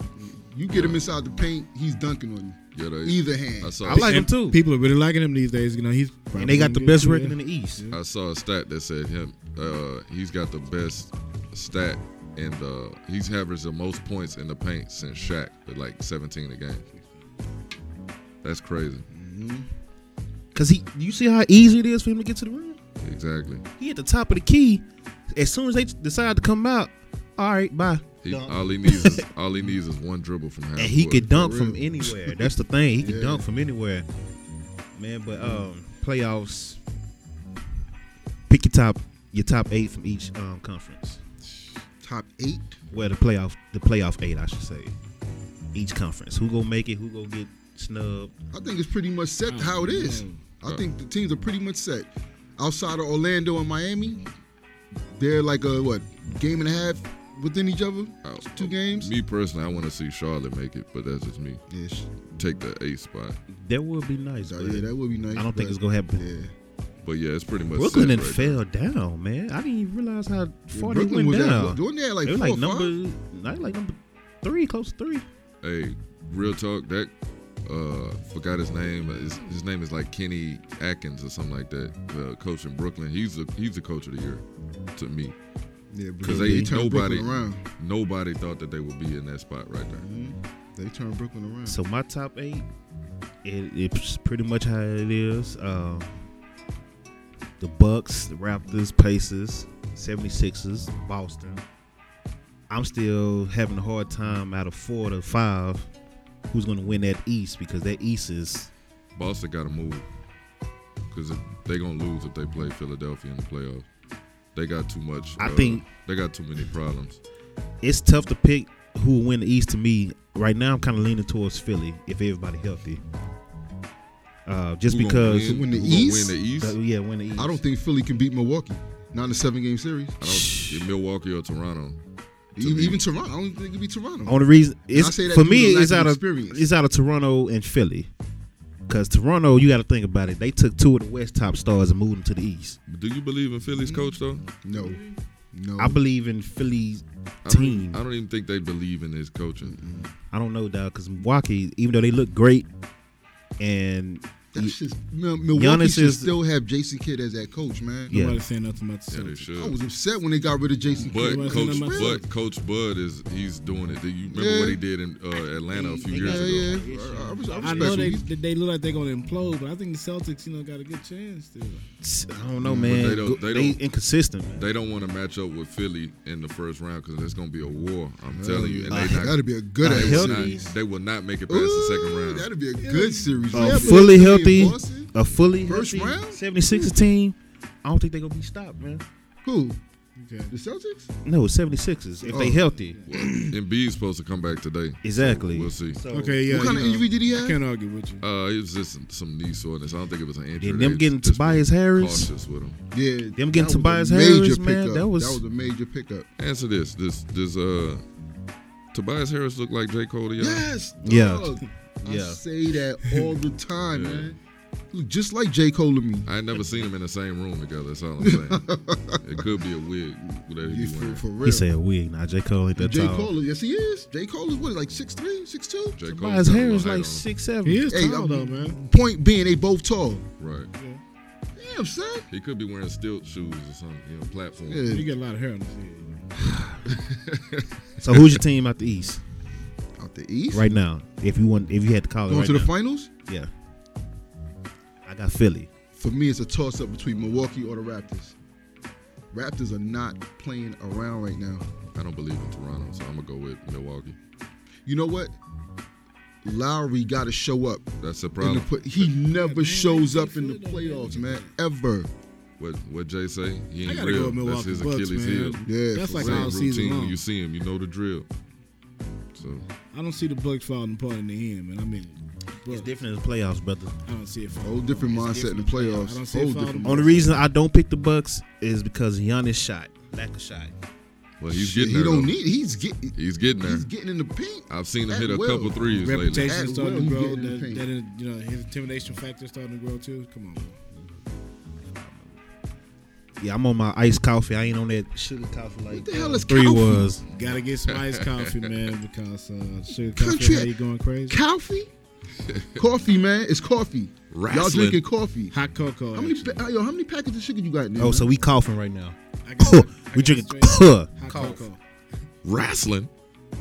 [SPEAKER 2] You get him inside the paint, he's dunking on
[SPEAKER 3] yeah. They,
[SPEAKER 2] you. Either
[SPEAKER 3] I
[SPEAKER 2] hand.
[SPEAKER 3] saw.
[SPEAKER 1] I like
[SPEAKER 4] And
[SPEAKER 1] him too.
[SPEAKER 4] People are really liking him these days. You know, he's
[SPEAKER 1] And they got the best record in the East.
[SPEAKER 3] I saw a stat that said him. Uh, he's got the best stat, and uh, he's averaged the most points in the paint since Shaq at like 17 a game. That's crazy.
[SPEAKER 1] Cause he, you see how easy it is for him to get to the rim.
[SPEAKER 3] Exactly.
[SPEAKER 1] He at the top of the key. As soon as they decide to come out, all right, bye.
[SPEAKER 3] He,
[SPEAKER 1] Dunk.
[SPEAKER 3] all he needs is all he needs is one dribble from half
[SPEAKER 1] and he
[SPEAKER 3] court.
[SPEAKER 1] could dunk
[SPEAKER 2] for
[SPEAKER 1] from
[SPEAKER 2] real.
[SPEAKER 1] anywhere. That's the thing. He could
[SPEAKER 2] Yeah.
[SPEAKER 1] dunk from anywhere. Man, but um playoffs pick your top your top 8 from each um conference.
[SPEAKER 2] Top eight.
[SPEAKER 1] Well, the playoff the playoff 8, I should say. Each conference. Who going to make it? Who going to get snubbed?
[SPEAKER 2] I think it's pretty much set
[SPEAKER 1] Mm,
[SPEAKER 2] how it is. I
[SPEAKER 3] Uh,
[SPEAKER 2] think the teams are pretty much set. Outside of Orlando and Miami, they're like a what game and a half within each other.
[SPEAKER 3] Oh.
[SPEAKER 2] Two games.
[SPEAKER 3] Me personally, I want to see Charlotte make it, but that's just me.
[SPEAKER 2] Ish.
[SPEAKER 3] Take the eighth spot.
[SPEAKER 1] That would be nice.
[SPEAKER 2] So,
[SPEAKER 1] but
[SPEAKER 2] Oh, yeah, that would be nice.
[SPEAKER 1] I don't think
[SPEAKER 2] but-
[SPEAKER 1] it's going to happen.
[SPEAKER 2] Yeah.
[SPEAKER 3] But yeah, it's pretty much
[SPEAKER 1] Brooklyn
[SPEAKER 3] set
[SPEAKER 1] done
[SPEAKER 3] right
[SPEAKER 1] fell down, man. I didn't even realize how
[SPEAKER 2] Yeah,
[SPEAKER 1] far they
[SPEAKER 2] Brooklyn was
[SPEAKER 1] went
[SPEAKER 2] at-
[SPEAKER 1] down.
[SPEAKER 2] Wasn't they at like
[SPEAKER 1] they
[SPEAKER 2] four
[SPEAKER 1] were
[SPEAKER 2] or
[SPEAKER 1] like
[SPEAKER 2] five? Hmm.
[SPEAKER 1] number, they like number three, close to three.
[SPEAKER 3] there. Hey, real talk. That uh, forgot his name. His, his name is like Kenny Atkins or something like that. The coach in Brooklyn. He's the he's the coach of the year to me.
[SPEAKER 2] Yeah,
[SPEAKER 3] Because
[SPEAKER 2] Brooklyn-
[SPEAKER 3] they
[SPEAKER 2] turned
[SPEAKER 3] nobody-
[SPEAKER 2] Brooklyn around.
[SPEAKER 3] Nobody thought that they would be in that spot right there.
[SPEAKER 2] Mm-hmm. They turned Brooklyn around.
[SPEAKER 1] So my top eight, it, it's pretty much how it is. Um, the Bucks, the Raptors, Pacers, 76ers, Boston. I'm still having a hard time out of four to five. Who's gonna win that East? Because that East is
[SPEAKER 3] Boston got to move because they gonna lose if they play Philadelphia in the playoffs. They got too much. uh,
[SPEAKER 1] I think-
[SPEAKER 3] they got too many problems.
[SPEAKER 1] it's tough to pick who will win the East to me. Right now, I'm kind of leaning towards Philly if everybody healthy. Uh, just
[SPEAKER 3] Who gonna
[SPEAKER 1] because,
[SPEAKER 2] Win the
[SPEAKER 3] who gonna
[SPEAKER 2] East?
[SPEAKER 3] Win the East?
[SPEAKER 1] uh, yeah, win the East.
[SPEAKER 2] I don't think Philly can beat Milwaukee. Not in a seven game series.
[SPEAKER 3] I don't, Milwaukee or Toronto. To
[SPEAKER 2] Even,
[SPEAKER 3] me.
[SPEAKER 2] even Toronto. I don't think it could be Toronto.
[SPEAKER 1] Only reason
[SPEAKER 2] I
[SPEAKER 1] it's
[SPEAKER 2] say that
[SPEAKER 1] for
[SPEAKER 2] due to
[SPEAKER 1] me
[SPEAKER 2] lack
[SPEAKER 1] it's
[SPEAKER 2] of
[SPEAKER 1] out of
[SPEAKER 2] experience.
[SPEAKER 1] it's out of Toronto and Philly. Cause Toronto, you got to think about it. They took two of the West top stars and moved them to the East.
[SPEAKER 3] Do you believe in Philly's coach though?
[SPEAKER 2] No. No.
[SPEAKER 1] I believe in Philly's
[SPEAKER 3] I don't-
[SPEAKER 1] team.
[SPEAKER 3] I don't, even think they believe in his coaching.
[SPEAKER 1] I don't know, dog. Cause Milwaukee, even though they look great, and
[SPEAKER 2] That's just Mil- Milwaukee
[SPEAKER 1] Giannis
[SPEAKER 2] should
[SPEAKER 1] is-
[SPEAKER 2] still have Jason Kidd as that coach, man.
[SPEAKER 1] Yeah.
[SPEAKER 4] Nobody's saying nothing about the
[SPEAKER 3] Yeah, they
[SPEAKER 4] Celtics.
[SPEAKER 3] should.
[SPEAKER 2] I was upset when they got rid of Jason
[SPEAKER 3] but
[SPEAKER 2] Kidd.
[SPEAKER 4] Nobody said
[SPEAKER 3] coach,
[SPEAKER 4] nothing about
[SPEAKER 3] but coach Bud is he's doing it. Do you remember
[SPEAKER 2] Yeah.
[SPEAKER 3] what he did in uh, Atlanta a few
[SPEAKER 1] They
[SPEAKER 3] years
[SPEAKER 2] yeah,
[SPEAKER 1] got-
[SPEAKER 3] ago?
[SPEAKER 2] yeah. I, I, res- I
[SPEAKER 4] I
[SPEAKER 2] respect
[SPEAKER 4] know they,
[SPEAKER 2] him.
[SPEAKER 4] they they look like they're gonna implode, but I think the Celtics, you know, got a good chance still.
[SPEAKER 1] I don't
[SPEAKER 2] Mm,
[SPEAKER 1] know, man.
[SPEAKER 3] they don't-
[SPEAKER 1] Go-
[SPEAKER 3] they
[SPEAKER 1] they
[SPEAKER 3] don't-
[SPEAKER 1] inconsistent. Man.
[SPEAKER 3] They don't want to match up with Philly in the first round because that's gonna be a war. I'm telling you, and they not,
[SPEAKER 2] that'd be a good
[SPEAKER 1] Uh,
[SPEAKER 2] ass
[SPEAKER 3] they, will
[SPEAKER 1] healthy.
[SPEAKER 2] series.
[SPEAKER 3] not, they will not make it past
[SPEAKER 2] Ooh,
[SPEAKER 3] the second round.
[SPEAKER 2] That'd be a good series.
[SPEAKER 1] A
[SPEAKER 2] man.
[SPEAKER 1] Uh, fully
[SPEAKER 2] Philly and
[SPEAKER 1] healthy,
[SPEAKER 2] Boston?
[SPEAKER 1] a fully
[SPEAKER 2] First
[SPEAKER 1] healthy
[SPEAKER 2] round?
[SPEAKER 1] 76 team. I don't think they're gonna be stopped, man.
[SPEAKER 2] Who?
[SPEAKER 4] Okay.
[SPEAKER 2] The Celtics?
[SPEAKER 1] No, 76ers. If they
[SPEAKER 2] Oh.
[SPEAKER 1] healthy.
[SPEAKER 3] Well, Embiid's supposed to come back today.
[SPEAKER 1] Exactly.
[SPEAKER 3] We'll see.
[SPEAKER 1] So,
[SPEAKER 4] Okay. Yeah.
[SPEAKER 2] what kind
[SPEAKER 4] you
[SPEAKER 2] of
[SPEAKER 4] know,
[SPEAKER 2] injury did he
[SPEAKER 4] I
[SPEAKER 2] have?
[SPEAKER 4] can't argue with you.
[SPEAKER 3] Uh, it was just some knee soreness. I don't think it was an injury.
[SPEAKER 1] Then them
[SPEAKER 3] They
[SPEAKER 1] getting
[SPEAKER 3] just been
[SPEAKER 1] Tobias Harris.
[SPEAKER 3] Cautious with him.
[SPEAKER 2] Yeah,
[SPEAKER 1] Them getting
[SPEAKER 2] that was a
[SPEAKER 1] Tobias
[SPEAKER 2] major
[SPEAKER 1] Harris, man,
[SPEAKER 2] pickup.
[SPEAKER 1] that was-
[SPEAKER 2] that was a major pickup.
[SPEAKER 3] Answer this. This this uh, Tobias Harris looked like J Cole to y'all.
[SPEAKER 2] Yes,
[SPEAKER 1] Yeah.
[SPEAKER 2] dog. I
[SPEAKER 1] Yeah.
[SPEAKER 2] say that all the time,
[SPEAKER 3] Yeah.
[SPEAKER 2] man. Look just like J. Cole to me.
[SPEAKER 3] I ain't never seen them in the same room together. That's all I'm saying. it could be a wig. Whatever
[SPEAKER 2] You
[SPEAKER 3] he
[SPEAKER 2] for,
[SPEAKER 3] wearing.
[SPEAKER 2] for real.
[SPEAKER 1] He said wig. Now J Cole ain't that
[SPEAKER 2] J.
[SPEAKER 1] tall.
[SPEAKER 2] Cole, is- yes, he is. J. Cole is what, like 6'3, 6'2?
[SPEAKER 3] J Cole.
[SPEAKER 1] Tobias Harris like
[SPEAKER 3] six.
[SPEAKER 1] six seven.
[SPEAKER 4] He is
[SPEAKER 2] Hey,
[SPEAKER 4] tall
[SPEAKER 2] I'm-
[SPEAKER 4] though, man.
[SPEAKER 2] Point being, they both tall.
[SPEAKER 3] Right.
[SPEAKER 2] Damn, son.
[SPEAKER 3] He could be wearing stilt shoes or something. You know, platform.
[SPEAKER 2] Yeah.
[SPEAKER 4] You get a lot of hair on his head. you know.
[SPEAKER 1] So who's your team out the East
[SPEAKER 2] Out the East?
[SPEAKER 1] right now? If you want, if you had to call it
[SPEAKER 2] Going
[SPEAKER 1] right
[SPEAKER 2] to the
[SPEAKER 1] now,
[SPEAKER 2] finals?
[SPEAKER 1] yeah. I got Philly.
[SPEAKER 2] For me, it's a toss up between Milwaukee or the Raptors. Raptors are not playing around right now.
[SPEAKER 3] I don't believe in Toronto, so I'm gonna go with Milwaukee.
[SPEAKER 2] You know what? Lowry got to show up.
[SPEAKER 3] That's the
[SPEAKER 2] In the
[SPEAKER 3] problem.
[SPEAKER 2] put he never shows up in the playoffs, man. Ever.
[SPEAKER 3] What what Jay say? He
[SPEAKER 4] I
[SPEAKER 3] ain't
[SPEAKER 4] gotta go
[SPEAKER 3] real. That's
[SPEAKER 4] with Milwaukee
[SPEAKER 3] his
[SPEAKER 4] Bucks,
[SPEAKER 3] Achilles heel.
[SPEAKER 4] man.
[SPEAKER 2] Yeah,
[SPEAKER 4] That's
[SPEAKER 2] for
[SPEAKER 4] like
[SPEAKER 3] Same
[SPEAKER 4] all season
[SPEAKER 3] routine. When
[SPEAKER 4] long.
[SPEAKER 3] you see him, you know the drill. So
[SPEAKER 4] I don't see the Bucks falling apart in the end, man. I mean,
[SPEAKER 1] It's
[SPEAKER 4] Bucks,
[SPEAKER 1] different as playoffs, brother.
[SPEAKER 4] I don't see it falling.
[SPEAKER 2] Whole different
[SPEAKER 4] apart.
[SPEAKER 2] mindset in the
[SPEAKER 4] It's different.
[SPEAKER 2] playoffs.
[SPEAKER 4] I don't see
[SPEAKER 2] Whole
[SPEAKER 4] it falling
[SPEAKER 2] different
[SPEAKER 4] apart.
[SPEAKER 1] Only reason I don't pick the Bucks is because Giannis shot, lack of shot.
[SPEAKER 3] well, he's
[SPEAKER 2] Shit,
[SPEAKER 3] getting
[SPEAKER 2] he
[SPEAKER 3] there.
[SPEAKER 2] don't
[SPEAKER 3] though.
[SPEAKER 2] need. He's getting.
[SPEAKER 3] He's getting there.
[SPEAKER 2] He's getting in the paint.
[SPEAKER 3] I've seen him
[SPEAKER 2] at
[SPEAKER 3] hit a
[SPEAKER 2] will.
[SPEAKER 3] couple threes lately.
[SPEAKER 4] Reputation
[SPEAKER 2] At
[SPEAKER 4] starting
[SPEAKER 2] will,
[SPEAKER 4] to
[SPEAKER 2] you
[SPEAKER 4] grow.
[SPEAKER 2] get in the
[SPEAKER 4] That,
[SPEAKER 2] paint.
[SPEAKER 4] that, is- you know, his intimidation factor starting to grow too. Come on. man.
[SPEAKER 1] Yeah, I'm on my iced coffee. I ain't on that sugar coffee like
[SPEAKER 2] What the hell
[SPEAKER 1] uh,
[SPEAKER 2] is
[SPEAKER 1] three
[SPEAKER 2] coffee?
[SPEAKER 1] was.
[SPEAKER 4] Gotta get some iced coffee, man, because uh, sugar
[SPEAKER 2] Country-
[SPEAKER 4] coffee, how you going crazy?
[SPEAKER 2] Coffee. coffee, man. It's coffee. Y'all
[SPEAKER 3] Wrestling.
[SPEAKER 2] drinking coffee.
[SPEAKER 4] Hot cocoa.
[SPEAKER 2] How many?
[SPEAKER 4] actually.
[SPEAKER 2] pa- Yo, how many packets of sugar you got? Now,
[SPEAKER 1] Oh, so we coughing right now.
[SPEAKER 4] I got- I
[SPEAKER 1] we
[SPEAKER 4] got
[SPEAKER 1] drinking.
[SPEAKER 4] straight
[SPEAKER 1] Hot
[SPEAKER 4] Hot
[SPEAKER 1] coffee.
[SPEAKER 4] cocoa.
[SPEAKER 3] Wrestling.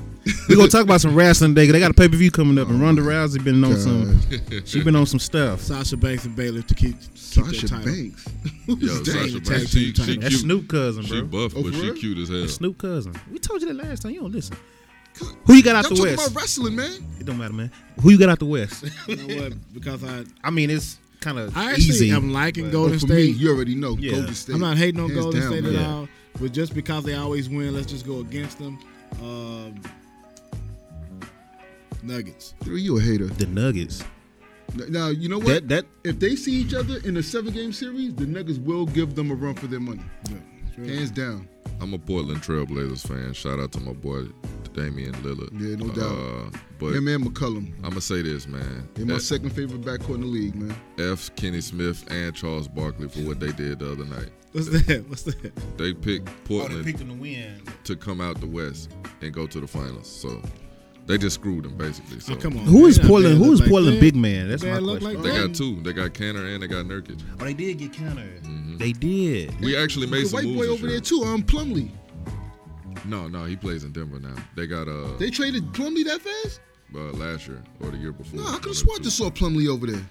[SPEAKER 1] we gonna talk about some wrestling day. 'cause They got a pay per view coming up, and Ronda Rousey been on some. She been on some stuff.
[SPEAKER 4] Sasha Banks and Baylor to keep, keep
[SPEAKER 2] Sasha
[SPEAKER 4] their title.
[SPEAKER 2] Banks.
[SPEAKER 3] Yo, Sasha
[SPEAKER 4] Dang, tag
[SPEAKER 3] Banks.
[SPEAKER 4] team
[SPEAKER 3] She,
[SPEAKER 4] title.
[SPEAKER 3] she
[SPEAKER 1] That's
[SPEAKER 3] cute.
[SPEAKER 1] Snoop cousin,
[SPEAKER 3] She
[SPEAKER 1] bro.
[SPEAKER 3] buff,
[SPEAKER 2] Oh,
[SPEAKER 3] but
[SPEAKER 2] for
[SPEAKER 3] she
[SPEAKER 2] real?
[SPEAKER 3] cute as hell.
[SPEAKER 1] That's Snoop cousin. We told you that last time. You don't listen. Who you got out
[SPEAKER 2] Y'all
[SPEAKER 1] the
[SPEAKER 2] talking
[SPEAKER 1] west?
[SPEAKER 2] about wrestling, man.
[SPEAKER 1] It don't matter, man. Who you got out the west?
[SPEAKER 4] You know what? Because I,
[SPEAKER 1] I mean, it's kind of
[SPEAKER 4] I actually
[SPEAKER 1] easy.
[SPEAKER 4] am liking
[SPEAKER 2] But
[SPEAKER 4] Golden
[SPEAKER 2] Oh, for
[SPEAKER 4] State.
[SPEAKER 2] me, you already know.
[SPEAKER 1] Yeah.
[SPEAKER 2] Golden State.
[SPEAKER 4] I'm not hating on
[SPEAKER 2] Hands
[SPEAKER 4] Golden
[SPEAKER 2] down,
[SPEAKER 4] State
[SPEAKER 2] man.
[SPEAKER 4] at
[SPEAKER 1] man.
[SPEAKER 4] all, but just because they always win, let's just go against them. Um, nuggets.
[SPEAKER 2] Three, you a hater.
[SPEAKER 1] the Nuggets.
[SPEAKER 2] Now you know what?
[SPEAKER 1] That that
[SPEAKER 2] if they see each other in a seven-game series, the Nuggets will give them a run for their money.
[SPEAKER 4] Yeah, sure.
[SPEAKER 2] Hands down.
[SPEAKER 3] I'm a Portland Trailblazers fan. Shout out to my boy Damian Lillard.
[SPEAKER 2] Yeah, no doubt.
[SPEAKER 3] Uh, but
[SPEAKER 2] Him and McCullum.
[SPEAKER 3] I'm gonna say this, man.
[SPEAKER 2] They're my
[SPEAKER 3] F,
[SPEAKER 2] second favorite backcourt in the league, man.
[SPEAKER 3] F. Kenny Smith and Charles Barkley for what they did the other night.
[SPEAKER 4] What's that? What's that?
[SPEAKER 3] They
[SPEAKER 2] Oh,
[SPEAKER 3] picked Portland
[SPEAKER 1] to win.
[SPEAKER 3] to come out the West and go to the finals. So they just screwed them basically. So
[SPEAKER 4] Oh, come on.
[SPEAKER 1] Who
[SPEAKER 4] man.
[SPEAKER 1] is
[SPEAKER 4] That
[SPEAKER 1] Portland?
[SPEAKER 4] man
[SPEAKER 1] Who is
[SPEAKER 4] look like
[SPEAKER 1] Portland
[SPEAKER 4] that.
[SPEAKER 1] big man? That's my
[SPEAKER 4] Man look
[SPEAKER 1] question.
[SPEAKER 4] like
[SPEAKER 3] they
[SPEAKER 4] that.
[SPEAKER 3] got two. They got Canner and they got Nurkic.
[SPEAKER 1] oh, they did get countered. They did.
[SPEAKER 3] We actually made
[SPEAKER 2] The
[SPEAKER 3] some
[SPEAKER 2] white
[SPEAKER 3] moves.
[SPEAKER 2] boy
[SPEAKER 3] this
[SPEAKER 2] over
[SPEAKER 3] year.
[SPEAKER 2] there too, um Plumlee.
[SPEAKER 3] No, no, he plays in Denver now. They got uh,
[SPEAKER 2] They traded Plumlee that fast?
[SPEAKER 3] uh last year or the year before.
[SPEAKER 2] No, I could
[SPEAKER 3] One
[SPEAKER 2] have
[SPEAKER 3] of
[SPEAKER 2] sworn I
[SPEAKER 3] the
[SPEAKER 2] just
[SPEAKER 3] two.
[SPEAKER 2] saw Plumlee over there.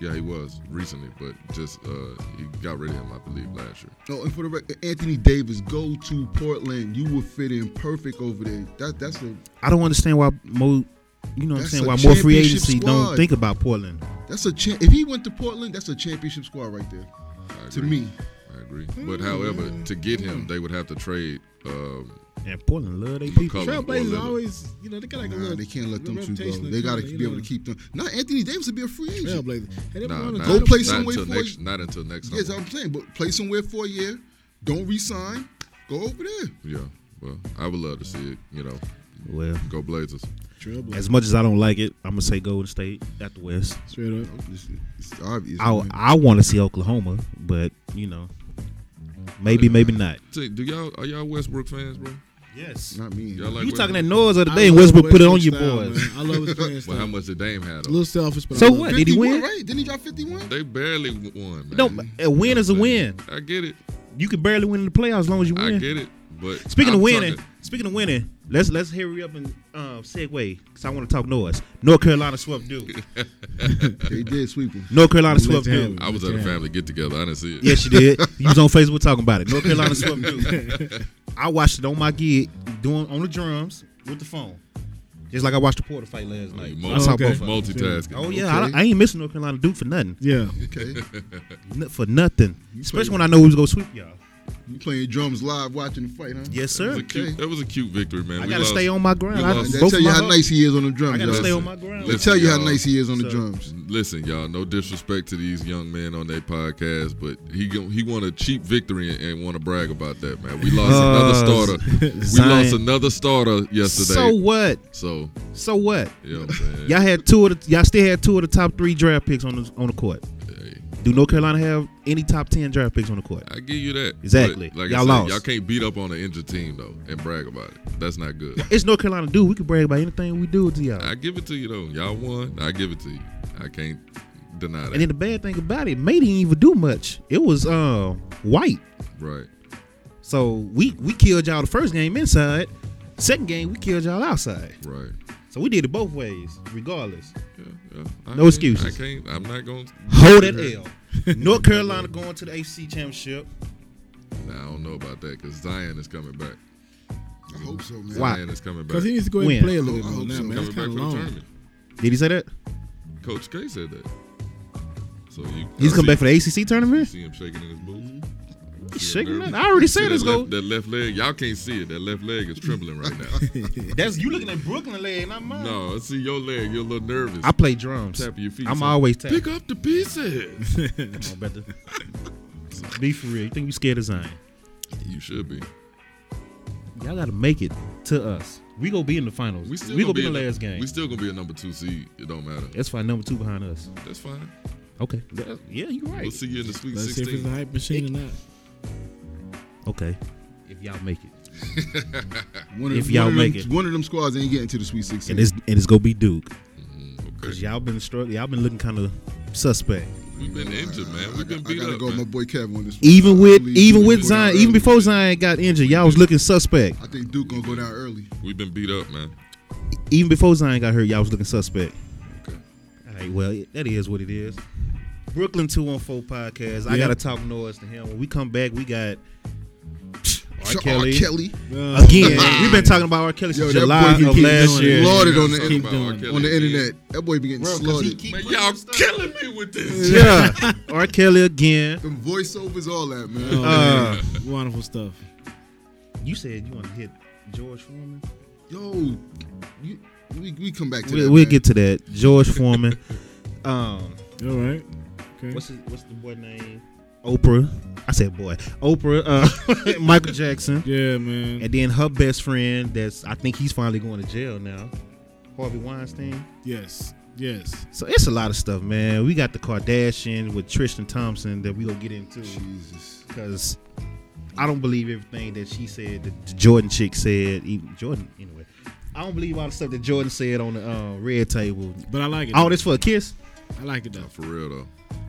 [SPEAKER 3] Yeah, he was recently, but just uh, he got rid of him, I believe, last year.
[SPEAKER 2] No, Oh, and for the record, Anthony Davis, go to Portland. You will fit in perfect over there. That that's a
[SPEAKER 1] I don't understand why Mo. You know what I'm
[SPEAKER 2] That's
[SPEAKER 1] saying?
[SPEAKER 2] a
[SPEAKER 1] Why more free
[SPEAKER 2] championship
[SPEAKER 1] agency
[SPEAKER 2] squad.
[SPEAKER 1] don't think about Portland?
[SPEAKER 2] that's a cha- if he went to Portland, that's a championship squad right there.
[SPEAKER 3] I
[SPEAKER 2] To
[SPEAKER 3] agree.
[SPEAKER 2] me,
[SPEAKER 3] I agree. But however, to get him, they would have to trade. Um,
[SPEAKER 1] And Portland love they people.
[SPEAKER 3] McCollum.
[SPEAKER 4] Trailblazers
[SPEAKER 3] Portland.
[SPEAKER 4] always, you know, they got like a
[SPEAKER 2] nah,
[SPEAKER 4] little.
[SPEAKER 2] they can't let them
[SPEAKER 4] little
[SPEAKER 2] two go.
[SPEAKER 4] reputation of
[SPEAKER 2] They gotta
[SPEAKER 4] kinda,
[SPEAKER 2] be
[SPEAKER 4] you
[SPEAKER 2] able to
[SPEAKER 4] know,
[SPEAKER 2] keep them. Now Anthony Davis would be a free agent.
[SPEAKER 4] Trailblazers. Hey, they
[SPEAKER 3] nah,
[SPEAKER 4] were on the
[SPEAKER 3] not,
[SPEAKER 2] Go play
[SPEAKER 3] not
[SPEAKER 2] somewhere
[SPEAKER 3] until
[SPEAKER 2] for
[SPEAKER 3] next,
[SPEAKER 2] you.
[SPEAKER 3] not until next
[SPEAKER 2] Yes,
[SPEAKER 3] summer.
[SPEAKER 2] I'm saying, but play somewhere for a year. Don't resign. Go over there.
[SPEAKER 3] Yeah. Well, I would love to see it. You know,
[SPEAKER 1] Well,
[SPEAKER 3] go Blazers.
[SPEAKER 4] Trailblazers.
[SPEAKER 1] as much as I don't like it, I'm gonna say Golden State at the West.
[SPEAKER 4] Straight up.
[SPEAKER 2] It's, it's obvious.
[SPEAKER 1] I
[SPEAKER 2] man.
[SPEAKER 3] Mm-hmm.
[SPEAKER 1] I want to see Oklahoma, but you know, maybe maybe not.
[SPEAKER 3] Say, do y'all are y'all Westbrook fans, bro?
[SPEAKER 1] Yes.
[SPEAKER 2] Not me.
[SPEAKER 3] Y'all like
[SPEAKER 1] You talking that
[SPEAKER 3] Westbrook?
[SPEAKER 1] noise of the
[SPEAKER 4] I
[SPEAKER 1] day, and
[SPEAKER 4] love
[SPEAKER 1] Westbrook put it on you,
[SPEAKER 4] Westbrook style,
[SPEAKER 1] boys.
[SPEAKER 4] man. I love his playing
[SPEAKER 3] Well, how
[SPEAKER 4] style.
[SPEAKER 3] much did Dame have?
[SPEAKER 4] A
[SPEAKER 3] on?
[SPEAKER 4] little selfish, but I
[SPEAKER 1] So
[SPEAKER 4] love
[SPEAKER 1] what?
[SPEAKER 4] it.
[SPEAKER 1] Did he
[SPEAKER 2] 51,
[SPEAKER 1] win?
[SPEAKER 2] Right? Didn't he drop 51?
[SPEAKER 3] They barely won. Man.
[SPEAKER 1] No, a win is a win.
[SPEAKER 3] I get it.
[SPEAKER 1] You can barely win in the playoffs as long as you
[SPEAKER 3] I
[SPEAKER 1] win.
[SPEAKER 3] get it. But
[SPEAKER 1] Speaking
[SPEAKER 3] I'm
[SPEAKER 1] of winning,
[SPEAKER 3] talking-
[SPEAKER 1] speaking of winning, let's let's hurry up and uh, segue because I want to talk noise. North Carolina swept Duke.
[SPEAKER 2] They did sweep him.
[SPEAKER 1] North Carolina
[SPEAKER 4] Let
[SPEAKER 1] swept
[SPEAKER 4] them.
[SPEAKER 1] Duke.
[SPEAKER 3] I was at a family get together. I didn't see it.
[SPEAKER 1] Yes, you did. You was on Facebook talking about it. North Carolina swept Duke. I watched it on my gig, doing on the drums with the phone, just like I watched the Porter fight last night.
[SPEAKER 3] Multi-
[SPEAKER 1] I saw
[SPEAKER 4] Okay.
[SPEAKER 1] both of them.
[SPEAKER 3] Multitasking.
[SPEAKER 1] Oh yeah,
[SPEAKER 2] Okay.
[SPEAKER 1] I, I ain't missing North Carolina Duke for nothing,
[SPEAKER 4] Yeah.
[SPEAKER 2] Okay.
[SPEAKER 1] N- for nothing. Especially
[SPEAKER 2] play-
[SPEAKER 1] when I know who's gonna sweep y'all.
[SPEAKER 2] You playing drums live, watching the fight, huh?
[SPEAKER 1] Yes,
[SPEAKER 3] That was,
[SPEAKER 1] sir.
[SPEAKER 3] a cute, that was a cute victory, man.
[SPEAKER 1] I
[SPEAKER 3] We
[SPEAKER 1] gotta
[SPEAKER 3] lost-
[SPEAKER 1] stay on my ground.
[SPEAKER 3] we
[SPEAKER 1] I,
[SPEAKER 3] lost-
[SPEAKER 2] And that
[SPEAKER 1] both
[SPEAKER 2] tell
[SPEAKER 1] of
[SPEAKER 2] you
[SPEAKER 1] my
[SPEAKER 2] how
[SPEAKER 1] hub-
[SPEAKER 2] nice he is on the drums.
[SPEAKER 1] I gotta
[SPEAKER 2] y'all.
[SPEAKER 1] stay on my ground.
[SPEAKER 2] They
[SPEAKER 3] Listen,
[SPEAKER 2] tell you how
[SPEAKER 3] y'all.
[SPEAKER 2] nice he is on the
[SPEAKER 1] So-
[SPEAKER 2] drums.
[SPEAKER 3] Listen, y'all. No disrespect to these young men on their podcast, but he go- he won a cheap victory and, and want to brag about that, man. We lost
[SPEAKER 1] Uh,
[SPEAKER 3] another starter. we
[SPEAKER 1] Zion.
[SPEAKER 3] lost another starter
[SPEAKER 1] So
[SPEAKER 3] yesterday.
[SPEAKER 1] what?
[SPEAKER 3] So,
[SPEAKER 1] So what?
[SPEAKER 3] you know what I'm saying?
[SPEAKER 1] Y'all had two of the, y'all still had two of the top three draft picks on the on the court.
[SPEAKER 3] Hey,
[SPEAKER 1] Do North Carolina have any top ten draft picks on the court?
[SPEAKER 3] I give you that.
[SPEAKER 1] Exactly.
[SPEAKER 3] But, like
[SPEAKER 1] Y'all
[SPEAKER 3] I said,
[SPEAKER 1] lost.
[SPEAKER 3] Y'all can't beat up on an injured team though and brag about it. That's not good.
[SPEAKER 1] It's North Carolina, dude. We can brag about anything we do to y'all.
[SPEAKER 3] I give it to you though. Y'all won. I give it to you. I can't deny that.
[SPEAKER 1] And then the bad thing about it, May didn't even do much. It was uh, white.
[SPEAKER 3] right.
[SPEAKER 1] So we we killed y'all the first game inside. Second game we killed y'all outside.
[SPEAKER 3] Right.
[SPEAKER 1] So we did it both ways, regardless.
[SPEAKER 3] Yeah, yeah. I
[SPEAKER 1] No
[SPEAKER 3] can't-
[SPEAKER 1] excuses.
[SPEAKER 3] I can't. I'm not going. to
[SPEAKER 1] Hold that L. North Carolina going to the AC championship.
[SPEAKER 3] Nah, I don't know about that because Zion is coming back.
[SPEAKER 2] I hope so, man.
[SPEAKER 1] Why?
[SPEAKER 3] Zion is coming back.
[SPEAKER 4] Because he needs to go ahead
[SPEAKER 1] When?
[SPEAKER 4] and play a little bit
[SPEAKER 2] I
[SPEAKER 4] more
[SPEAKER 2] hope
[SPEAKER 4] now,
[SPEAKER 2] so.
[SPEAKER 4] man.
[SPEAKER 3] Oh, coming
[SPEAKER 4] It's
[SPEAKER 3] back for
[SPEAKER 4] kind
[SPEAKER 3] the
[SPEAKER 4] of long.
[SPEAKER 3] tournament.
[SPEAKER 1] Did he say that?
[SPEAKER 3] Coach K said that. So you.
[SPEAKER 1] He's
[SPEAKER 3] I
[SPEAKER 1] coming
[SPEAKER 3] see-
[SPEAKER 1] back for the ACC
[SPEAKER 3] You
[SPEAKER 1] tournament.
[SPEAKER 3] see him shaking in his boots.
[SPEAKER 1] He's
[SPEAKER 3] See
[SPEAKER 1] shaking.
[SPEAKER 3] nervous?
[SPEAKER 1] That. I already
[SPEAKER 3] See
[SPEAKER 1] said
[SPEAKER 3] that
[SPEAKER 1] this go.
[SPEAKER 3] left- That left leg, y'all can't see it. That left leg is trembling right now.
[SPEAKER 1] That's you looking at Brooklyn leg, not mine.
[SPEAKER 3] no, I see your leg. You're a little nervous.
[SPEAKER 1] I play drums.
[SPEAKER 3] Tap your feet.
[SPEAKER 1] I'm
[SPEAKER 3] so-
[SPEAKER 1] always tapping.
[SPEAKER 3] Pick up the pieces.
[SPEAKER 1] Come on, brother. Be for real. You think we scared of Zion?
[SPEAKER 3] you should be.
[SPEAKER 1] Y'all gotta make it to us. We gonna be in the finals. We,
[SPEAKER 3] We still
[SPEAKER 1] gonna be in the
[SPEAKER 3] a-
[SPEAKER 1] last game.
[SPEAKER 3] We still gonna be a number two seed. It don't matter.
[SPEAKER 1] That's why number two behind us.
[SPEAKER 3] That's fine.
[SPEAKER 1] Okay. That- yeah, you're right.
[SPEAKER 3] We'll see you in the Sweet
[SPEAKER 4] Let's see if it's a
[SPEAKER 3] Sixteen.
[SPEAKER 4] hype machine or not.
[SPEAKER 1] Okay. If y'all make it,
[SPEAKER 2] One of,
[SPEAKER 1] If y'all
[SPEAKER 2] one of
[SPEAKER 1] make
[SPEAKER 2] them,
[SPEAKER 1] it.
[SPEAKER 2] one of them squads ain't getting to the Sweet 16.
[SPEAKER 1] and it's and it's gonna be Duke,
[SPEAKER 3] Mm,
[SPEAKER 1] cause
[SPEAKER 3] okay.
[SPEAKER 1] y'all been struggling. Y'all been looking kind of suspect.
[SPEAKER 3] We've been injured, man. We've been
[SPEAKER 2] I,
[SPEAKER 3] beat
[SPEAKER 2] gotta
[SPEAKER 3] up.
[SPEAKER 2] go with my
[SPEAKER 3] man.
[SPEAKER 2] boy Kev on this. one. I
[SPEAKER 1] Even with
[SPEAKER 2] believe
[SPEAKER 1] even
[SPEAKER 2] Duke
[SPEAKER 1] with
[SPEAKER 2] gonna go down
[SPEAKER 1] Zion, even
[SPEAKER 2] early.
[SPEAKER 1] before Zion got injured, y'all was looking suspect.
[SPEAKER 2] I think Duke gonna go down early.
[SPEAKER 3] We've been beat up, man.
[SPEAKER 1] Even before Zion got hurt, y'all was looking suspect.
[SPEAKER 3] Okay.
[SPEAKER 1] All right, well it- that is what it is. Brooklyn two one four podcast. I
[SPEAKER 4] Yeah.
[SPEAKER 1] gotta talk noise to him. When we come back, we got R.
[SPEAKER 2] So,
[SPEAKER 1] Kelly.
[SPEAKER 2] R. Kelly.
[SPEAKER 4] Uh,
[SPEAKER 1] Again, we've been talking about R. Kelly since
[SPEAKER 2] Yo, that
[SPEAKER 1] July
[SPEAKER 2] boy, he
[SPEAKER 1] of
[SPEAKER 2] keep
[SPEAKER 1] last
[SPEAKER 4] doing
[SPEAKER 1] year.
[SPEAKER 4] it. Lord,
[SPEAKER 2] Lauded
[SPEAKER 3] Y'all
[SPEAKER 2] on the,
[SPEAKER 3] talking
[SPEAKER 2] in-
[SPEAKER 3] about R. Kelly
[SPEAKER 2] on the
[SPEAKER 3] again.
[SPEAKER 2] internet. That boy be getting slaughtered.
[SPEAKER 3] Man, y'all killing me with this.
[SPEAKER 1] yeah, R. Kelly again.
[SPEAKER 2] Them voiceovers, all that, man.
[SPEAKER 4] oh,
[SPEAKER 1] Uh,
[SPEAKER 4] man. wonderful stuff.
[SPEAKER 1] You said you want to hit George Foreman.
[SPEAKER 2] Yo, you, we, we come back to
[SPEAKER 1] We,
[SPEAKER 2] that.
[SPEAKER 1] we'll
[SPEAKER 2] man.
[SPEAKER 1] get to that. George Foreman. um,
[SPEAKER 4] All right. Okay.
[SPEAKER 1] what's his, what's the boy name? Oprah. I said boy. Oprah. Uh, Michael Jackson.
[SPEAKER 4] yeah, man.
[SPEAKER 1] And then her best friend. That's I think he's finally going to jail now. Harvey Weinstein.
[SPEAKER 4] yes. Yes.
[SPEAKER 1] So it's a lot of stuff, man. We got the Kardashian with Tristan Thompson that we gonna get into
[SPEAKER 2] Jesus.
[SPEAKER 1] because I don't believe everything that she said. That the Jordan chick said. Even Jordan anyway. I don't believe all the stuff that Jordan said on the uh, red table.
[SPEAKER 4] But I like it.
[SPEAKER 1] All
[SPEAKER 4] though.
[SPEAKER 1] this for a kiss?
[SPEAKER 4] I like it though.
[SPEAKER 3] For real though.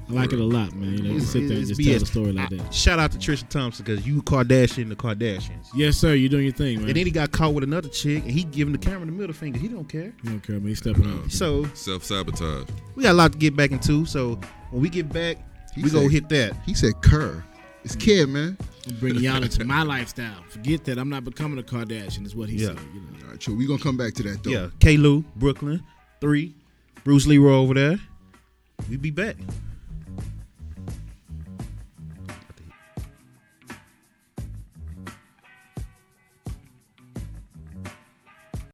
[SPEAKER 4] I like it a lot, man. You know, you
[SPEAKER 1] It's-
[SPEAKER 4] sit there and
[SPEAKER 1] it's
[SPEAKER 4] just tell
[SPEAKER 1] BS.
[SPEAKER 4] a story like
[SPEAKER 1] I-
[SPEAKER 4] that.
[SPEAKER 1] Shout out to Trisha Thompson because you Kardashian the Kardashians.
[SPEAKER 4] Yes, sir. You're doing your thing,
[SPEAKER 1] And
[SPEAKER 4] man.
[SPEAKER 1] then he got caught with another chick, and he giving the camera the middle finger. He don't care.
[SPEAKER 4] You don't care, man. He's stepping up.
[SPEAKER 1] So
[SPEAKER 3] Self sabotage.
[SPEAKER 1] we got a lot to get back into. So when we get back,
[SPEAKER 2] He
[SPEAKER 1] we go
[SPEAKER 2] said-
[SPEAKER 1] hit that.
[SPEAKER 2] He said Kerr. It's Kev, man.
[SPEAKER 4] I'm bringing y'all into my lifestyle. Forget that. I'm not becoming a Kardashian. Is what he
[SPEAKER 1] Yeah.
[SPEAKER 4] said. You know.
[SPEAKER 2] All right, chill. We gonna come back to that though.
[SPEAKER 1] Yeah, K. Lou, Brooklyn, three, Bruce Leroy over there. We be back.